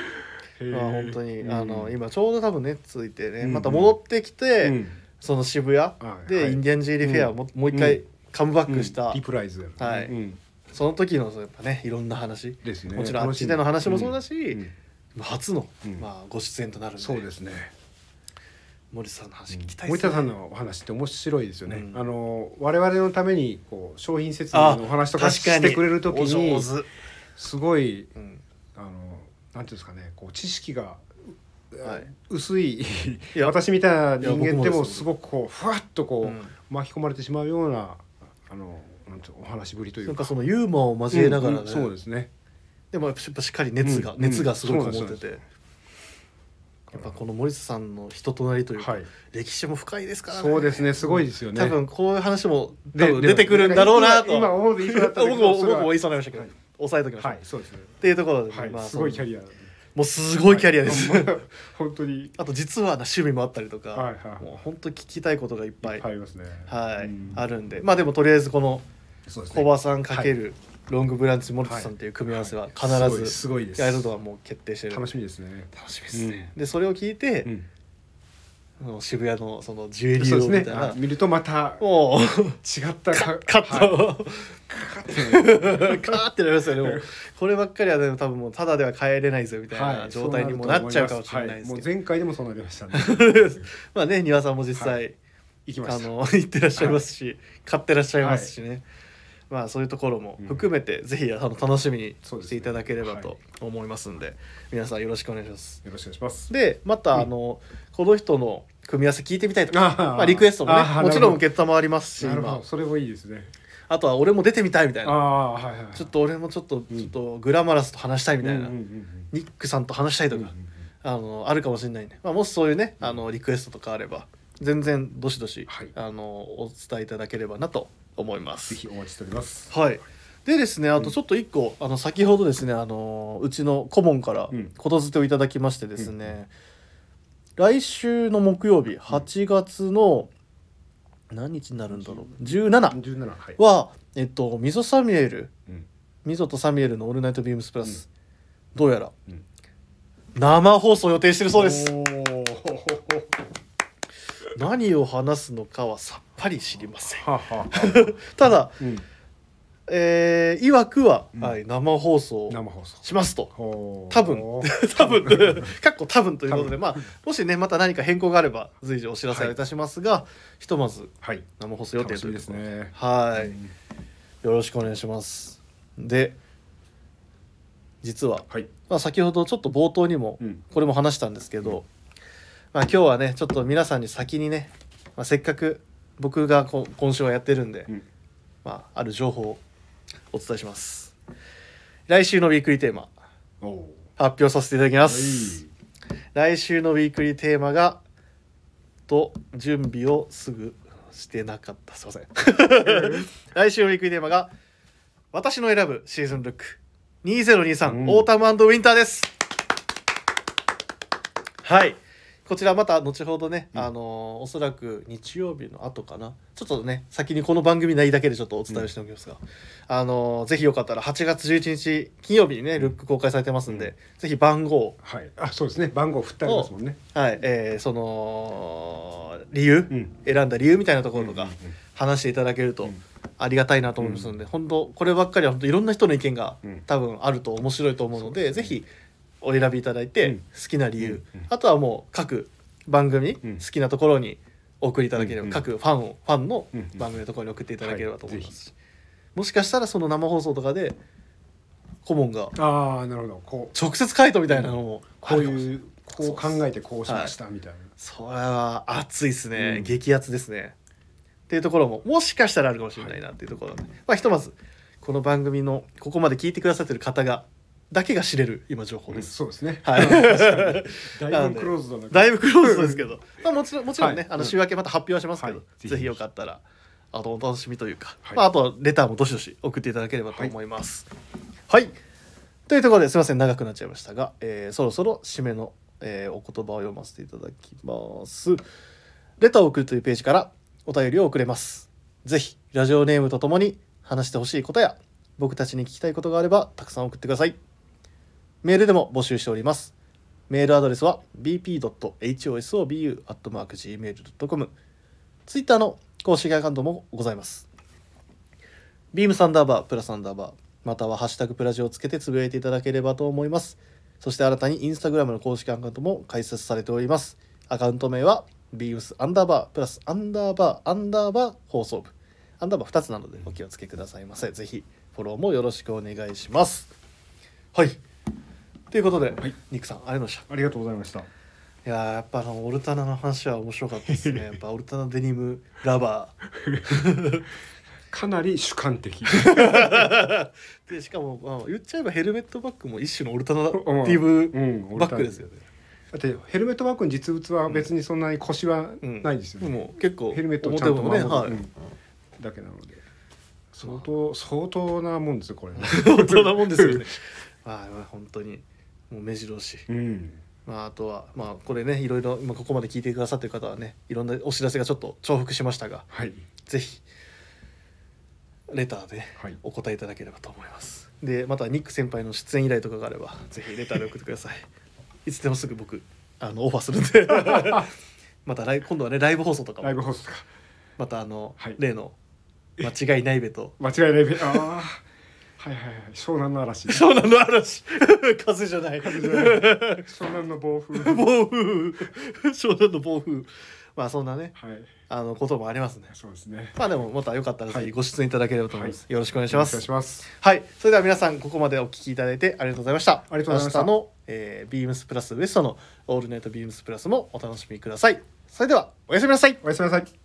[SPEAKER 2] え
[SPEAKER 1] 本当に、あの
[SPEAKER 2] うん
[SPEAKER 1] 今ちょうど多分ねついてね、
[SPEAKER 2] うん
[SPEAKER 1] また戻ってきて、
[SPEAKER 2] うん
[SPEAKER 1] その渋谷
[SPEAKER 2] い
[SPEAKER 1] で、
[SPEAKER 2] はい
[SPEAKER 1] インディアンジェリーフェアをも,、もう一
[SPEAKER 2] う
[SPEAKER 1] 回
[SPEAKER 2] ん
[SPEAKER 1] カムバックした、
[SPEAKER 2] うんリプライズだよね
[SPEAKER 1] はい
[SPEAKER 2] うん
[SPEAKER 1] その時のやっぱねいろんな話
[SPEAKER 2] ですね
[SPEAKER 1] もちろんあっちでの話もそうだし、
[SPEAKER 2] うんうん
[SPEAKER 1] 初の、
[SPEAKER 2] うん
[SPEAKER 1] まあ、ご出演となるんで
[SPEAKER 2] そうですね
[SPEAKER 1] 森田さんの話聞きたい
[SPEAKER 2] 森
[SPEAKER 1] です
[SPEAKER 2] 田さん
[SPEAKER 1] ね。
[SPEAKER 2] のお話って面白いですよね、
[SPEAKER 1] うん
[SPEAKER 2] あの我々のためにこう商品説明のお話とか
[SPEAKER 1] 確かに
[SPEAKER 2] してくれる時
[SPEAKER 1] お上
[SPEAKER 2] に
[SPEAKER 1] 手
[SPEAKER 2] すごい
[SPEAKER 1] うん
[SPEAKER 2] あのなんていうんですかねこう知識が、
[SPEAKER 1] はい
[SPEAKER 2] 薄い
[SPEAKER 1] いや
[SPEAKER 2] 私みたいな
[SPEAKER 1] いや
[SPEAKER 2] 人
[SPEAKER 1] 僕
[SPEAKER 2] 間
[SPEAKER 1] も
[SPEAKER 2] で
[SPEAKER 1] です
[SPEAKER 2] もすごくこうふわっとこう、
[SPEAKER 1] うん
[SPEAKER 2] 巻き込まれてしまうようなあのなんていうのお話ぶりとい
[SPEAKER 1] な
[SPEAKER 2] うんか
[SPEAKER 1] かそのユーモアを交えながらね、
[SPEAKER 2] うんうんそうですね
[SPEAKER 1] でもやっぱしっかり熱が、
[SPEAKER 2] うん
[SPEAKER 1] 熱がすごく
[SPEAKER 2] うん
[SPEAKER 1] 持
[SPEAKER 2] そう
[SPEAKER 1] っ
[SPEAKER 2] なん
[SPEAKER 1] て
[SPEAKER 2] です
[SPEAKER 1] て、やっぱこの森田さんの人となりというか、
[SPEAKER 2] はい
[SPEAKER 1] 歴史も深いですからね
[SPEAKER 2] そうですねすごいですよね
[SPEAKER 1] 多分こういう話も多
[SPEAKER 2] で
[SPEAKER 1] 分出てくるんだろうなと
[SPEAKER 2] 今今思うでいいだったんだ
[SPEAKER 1] 僕
[SPEAKER 2] けど
[SPEAKER 1] も
[SPEAKER 2] それ
[SPEAKER 1] 僕
[SPEAKER 2] は
[SPEAKER 1] も言いそうになりましたけど、
[SPEAKER 2] はい
[SPEAKER 1] 抑えときました、
[SPEAKER 2] はいそうですね
[SPEAKER 1] っていうところで、
[SPEAKER 2] はい、
[SPEAKER 1] まあ
[SPEAKER 2] すごいキャ
[SPEAKER 1] ア
[SPEAKER 2] リア
[SPEAKER 1] もうすごいキャリアです、
[SPEAKER 2] はい本当にいっ
[SPEAKER 1] あと実はな趣味もあったりとか、
[SPEAKER 2] はいはい
[SPEAKER 1] もう本当聞きたいことがいっ
[SPEAKER 2] ぱ
[SPEAKER 1] ぱい
[SPEAKER 2] いありますね
[SPEAKER 1] はい、
[SPEAKER 2] うん
[SPEAKER 1] あるんでまあでもとりあえずこの
[SPEAKER 2] そうですね
[SPEAKER 1] 小葉さんかけるロングブランチモルトさんっていう組み合わせは必
[SPEAKER 2] はいすごい
[SPEAKER 1] ず
[SPEAKER 2] すごいです
[SPEAKER 1] やることはもう決定してる
[SPEAKER 2] 楽しみですね
[SPEAKER 1] 楽しみ
[SPEAKER 2] ですね
[SPEAKER 1] でそれを聞いて、
[SPEAKER 2] うん
[SPEAKER 1] あの渋谷のそのジュエリ
[SPEAKER 2] そ
[SPEAKER 1] ー
[SPEAKER 2] う
[SPEAKER 1] を
[SPEAKER 2] です
[SPEAKER 1] みたい
[SPEAKER 2] ね
[SPEAKER 1] な、
[SPEAKER 2] あ見るとまた
[SPEAKER 1] もう
[SPEAKER 2] 違ったか
[SPEAKER 1] カッ
[SPEAKER 2] はい
[SPEAKER 1] ト、 カーってなりますよねもうこればっかりはでも多分もうただでは帰れないぞみたいな状態にもなっちゃうかもしれないですけ
[SPEAKER 2] はもう
[SPEAKER 1] ど、
[SPEAKER 2] 前回でもそうなりましたね
[SPEAKER 1] まあね庭さんも実際、
[SPEAKER 2] は行きま
[SPEAKER 1] あ
[SPEAKER 2] した
[SPEAKER 1] の 行ってらっしゃいますし、買ってらっしゃいますしね、まあそういうところも含めて、ぜひあの楽しみに
[SPEAKER 2] そうですね
[SPEAKER 1] していただければと思いますんで皆さんよろしくお願いします。
[SPEAKER 2] よろしくお願いします。
[SPEAKER 1] でまた、あのこの人の組み合わせ聞いてみたいとか
[SPEAKER 2] あー
[SPEAKER 1] まあ、リクエストもね
[SPEAKER 2] あー
[SPEAKER 1] もちろ
[SPEAKER 2] なる
[SPEAKER 1] ん
[SPEAKER 2] ほど
[SPEAKER 1] 受けたまわりますし
[SPEAKER 2] なるほ
[SPEAKER 1] 今
[SPEAKER 2] ど、それもいいですね。
[SPEAKER 1] あとは俺も出てみたいみたい
[SPEAKER 2] あ
[SPEAKER 1] な
[SPEAKER 2] あ、はいはい。
[SPEAKER 1] ちょっと俺もちょっと,、ちょっとグラマラスと話したいみたいな、
[SPEAKER 2] うんうんうん
[SPEAKER 1] ニックさんと話したいと
[SPEAKER 2] うん
[SPEAKER 1] か、あのあるかもしれないね、まあ、もしそういうねあのリクエストとかあれば全然どしどし、
[SPEAKER 2] はい
[SPEAKER 1] あのお伝えいただければなと思いま
[SPEAKER 2] ぜ
[SPEAKER 1] す。
[SPEAKER 2] ひお待ちしております。
[SPEAKER 1] はいでですねあとちょっと一個、あの先ほどですねあのうちの顧問から
[SPEAKER 2] うん
[SPEAKER 1] ことづてをいただきましてですね、来週の木曜日8月の何日になるんだろう17
[SPEAKER 2] 十七、はい。
[SPEAKER 1] はえっとミゾサミュエル
[SPEAKER 2] うん
[SPEAKER 1] ミゾとサミュエルの「オールナイトビームスプラス」どうやら
[SPEAKER 2] うん
[SPEAKER 1] 生放送予定してるそうです
[SPEAKER 2] おー
[SPEAKER 1] 何を話すのかはさっぱり知りません
[SPEAKER 2] ははは。
[SPEAKER 1] ただ
[SPEAKER 2] うん
[SPEAKER 1] えー、いわくは、
[SPEAKER 2] うん
[SPEAKER 1] はい、生放送
[SPEAKER 2] 生放送。
[SPEAKER 1] しますと
[SPEAKER 2] ほー
[SPEAKER 1] 多分多 分かっこ多分ということ
[SPEAKER 2] 多
[SPEAKER 1] で
[SPEAKER 2] 分
[SPEAKER 1] まあもしねまた何か変更があれば随時お知らせをいたしますが、ひとまず
[SPEAKER 2] はい。
[SPEAKER 1] 生放送予定
[SPEAKER 2] 楽し
[SPEAKER 1] という
[SPEAKER 2] みで
[SPEAKER 1] こ
[SPEAKER 2] す
[SPEAKER 1] とで
[SPEAKER 2] ね。
[SPEAKER 1] はい、
[SPEAKER 2] うん
[SPEAKER 1] よろしくお願いしますで実は、
[SPEAKER 2] はい。
[SPEAKER 1] まあ、先ほどちょっと冒頭にも
[SPEAKER 2] うん
[SPEAKER 1] これも話したんですけど、
[SPEAKER 2] うん
[SPEAKER 1] まあ、今日はねちょっと皆さんに先にね、まあ、せっかく僕がこ今週はやってるんで、
[SPEAKER 2] うん
[SPEAKER 1] まあ、ある情報をお伝えします来週のウィークリーテーマ
[SPEAKER 2] おお。
[SPEAKER 1] 発表させていただきま
[SPEAKER 2] は
[SPEAKER 1] す、
[SPEAKER 2] い。
[SPEAKER 1] 来週のウィークリーテーマがと準備をすぐしてなかったすいません来週のウィークリーテーマが私の選ぶシーズンルック2023、
[SPEAKER 2] うん
[SPEAKER 1] オータムウィンターですはいこちらまた後ほどね、あのーおそらく日曜日の後かなちょっとね先にこの番組内だけでちょっとお伝えをしておきますが、あのーぜひよかったら8月11日金曜日にねルック公開されてますんで、
[SPEAKER 2] う
[SPEAKER 1] ぜひ番号を
[SPEAKER 2] はい。あ、そうですね。番号振ってありますもんね。
[SPEAKER 1] はい、えーその理由、
[SPEAKER 2] うん
[SPEAKER 1] 選んだ理由みたいなところと
[SPEAKER 2] う
[SPEAKER 1] か
[SPEAKER 2] んうんうん
[SPEAKER 1] 話していただけると
[SPEAKER 2] うん
[SPEAKER 1] ありがたいなと思いますので、本当こればっかりは本当いろんな人の意見が
[SPEAKER 2] うん
[SPEAKER 1] 多分あると面白いと思うので、
[SPEAKER 2] そうで
[SPEAKER 1] ぜ
[SPEAKER 2] す
[SPEAKER 1] ひお選びいただいて、
[SPEAKER 2] うん
[SPEAKER 1] 好きな理由、
[SPEAKER 2] うんうん
[SPEAKER 1] あとはもう各番組、
[SPEAKER 2] うん
[SPEAKER 1] 好きなところにお送りいただければ、
[SPEAKER 2] うんうん
[SPEAKER 1] 各ファンをファンの
[SPEAKER 2] うんうん
[SPEAKER 1] 番組のところに送っていただければと思いますし、
[SPEAKER 2] は
[SPEAKER 1] もしかしたらその生放送とかで顧問が
[SPEAKER 2] ああ、なるほど。こう。
[SPEAKER 1] 直接回答みたいなのもあ
[SPEAKER 2] こう
[SPEAKER 1] るかもしれない
[SPEAKER 2] いう。こう考えてこうしましたみたいな。
[SPEAKER 1] それは熱いですね、
[SPEAKER 2] うん
[SPEAKER 1] 激熱ですねっていうところももしかしたらあるかもしれないなっていうところで、まあひとまずこの番組のここまで聞いてくださってる方がだけが知れる今情報
[SPEAKER 2] う
[SPEAKER 1] で
[SPEAKER 2] ん
[SPEAKER 1] す、
[SPEAKER 2] そうですね。
[SPEAKER 1] はい
[SPEAKER 2] だいぶクローズドな感じ。
[SPEAKER 1] だいぶクローズドですけど、まあ、もちろんもちろんね、
[SPEAKER 2] はい
[SPEAKER 1] あの週明けまた発表はしますけど、
[SPEAKER 2] はいぜひ
[SPEAKER 1] ぜひよかったらあとお楽しみというか、
[SPEAKER 2] はい
[SPEAKER 1] まあ、あとレターもどしどし送っていただければと思いますはい、というところですいません長くなっちゃいましたが、えーそろそろ締めの、えーお言葉を読ませていただきますレターを送るというページからお便りを送れますぜひラジオネームとともに話してほしいことや僕たちに聞きたいことがあればたくさん送ってくださいメールでも募集しておりますメールアドレスは bp.hosobu.gmail.com ツイッターの公式アカウントもございます。ビームサンダーバープラスサンダーバーまたは「ハッシュタグプラジオ」をつけてつぶやいていただければと思いますそして新たにインスタグラムの公式アカウントも開設されておりますアカウント名は beams アンダーバープラスアンダーバーアンダーバー放送部アンダーバー2つなのでお気をつけくださいませぜひフォローもよろしくお願いしますはいということで、
[SPEAKER 2] はい
[SPEAKER 1] ニックさんありがとうございました
[SPEAKER 2] ありがとうございました
[SPEAKER 1] いやーやっぱあのオルタナの話は面白かったです ねやっぱオルタナデニムラバー
[SPEAKER 2] かなり主観 的
[SPEAKER 1] でしかも、まあ、言っちゃえばヘルメットバッグも一種のオルタナティブ
[SPEAKER 2] うん
[SPEAKER 1] バッグですよね。
[SPEAKER 2] だってヘルメットバッグの実物は別にそんなに腰はないですよね、
[SPEAKER 1] もう結構
[SPEAKER 2] ヘルメットをちゃんと
[SPEAKER 1] 表
[SPEAKER 2] 守る、
[SPEAKER 1] もね、はい
[SPEAKER 2] うんだけなので相当相当なもんですよこ れ、
[SPEAKER 1] 大人なもんです よね。まあ本当にもう目白押し。
[SPEAKER 2] うん、
[SPEAKER 1] まああとはまあこれねいろいろ今ここまで聞いてくださってる方はねいろんなお知らせがちょっと重複しましたが
[SPEAKER 2] はい
[SPEAKER 1] ぜひレターで
[SPEAKER 2] はい
[SPEAKER 1] お答えいただければと思います。でまたニック先輩の出演依頼とかがあればぜひレターで送ってください。いつでもすぐ僕あのオファーするんでまたライブ今度はねライブ放送とかも
[SPEAKER 2] ライブ放送とか
[SPEAKER 1] またあの、
[SPEAKER 2] はい
[SPEAKER 1] 例の間違いないべと
[SPEAKER 2] 間違いないべああはいはいはい湘南 の嵐
[SPEAKER 1] 湘
[SPEAKER 2] 湘
[SPEAKER 1] 南の嵐風じゃない
[SPEAKER 2] 南の暴風
[SPEAKER 1] 暴風湘南の暴風まあそんなね
[SPEAKER 2] はい
[SPEAKER 1] あのこともありますね
[SPEAKER 2] そうですね
[SPEAKER 1] まあでもまたよかったらぜ
[SPEAKER 2] は
[SPEAKER 1] ひ
[SPEAKER 2] い
[SPEAKER 1] ご出演いただければと思います、
[SPEAKER 2] はい
[SPEAKER 1] よろしくお願いします
[SPEAKER 2] お願いします
[SPEAKER 1] はいそれでは皆さんここまでお聞きいただいてありがとうございました
[SPEAKER 2] ありがとうございました
[SPEAKER 1] 明日の、えー、ビームスプラスウエストのオールナイトビームスプラスもお楽しみくださいそれではおやすみなさい
[SPEAKER 2] おやすみなさい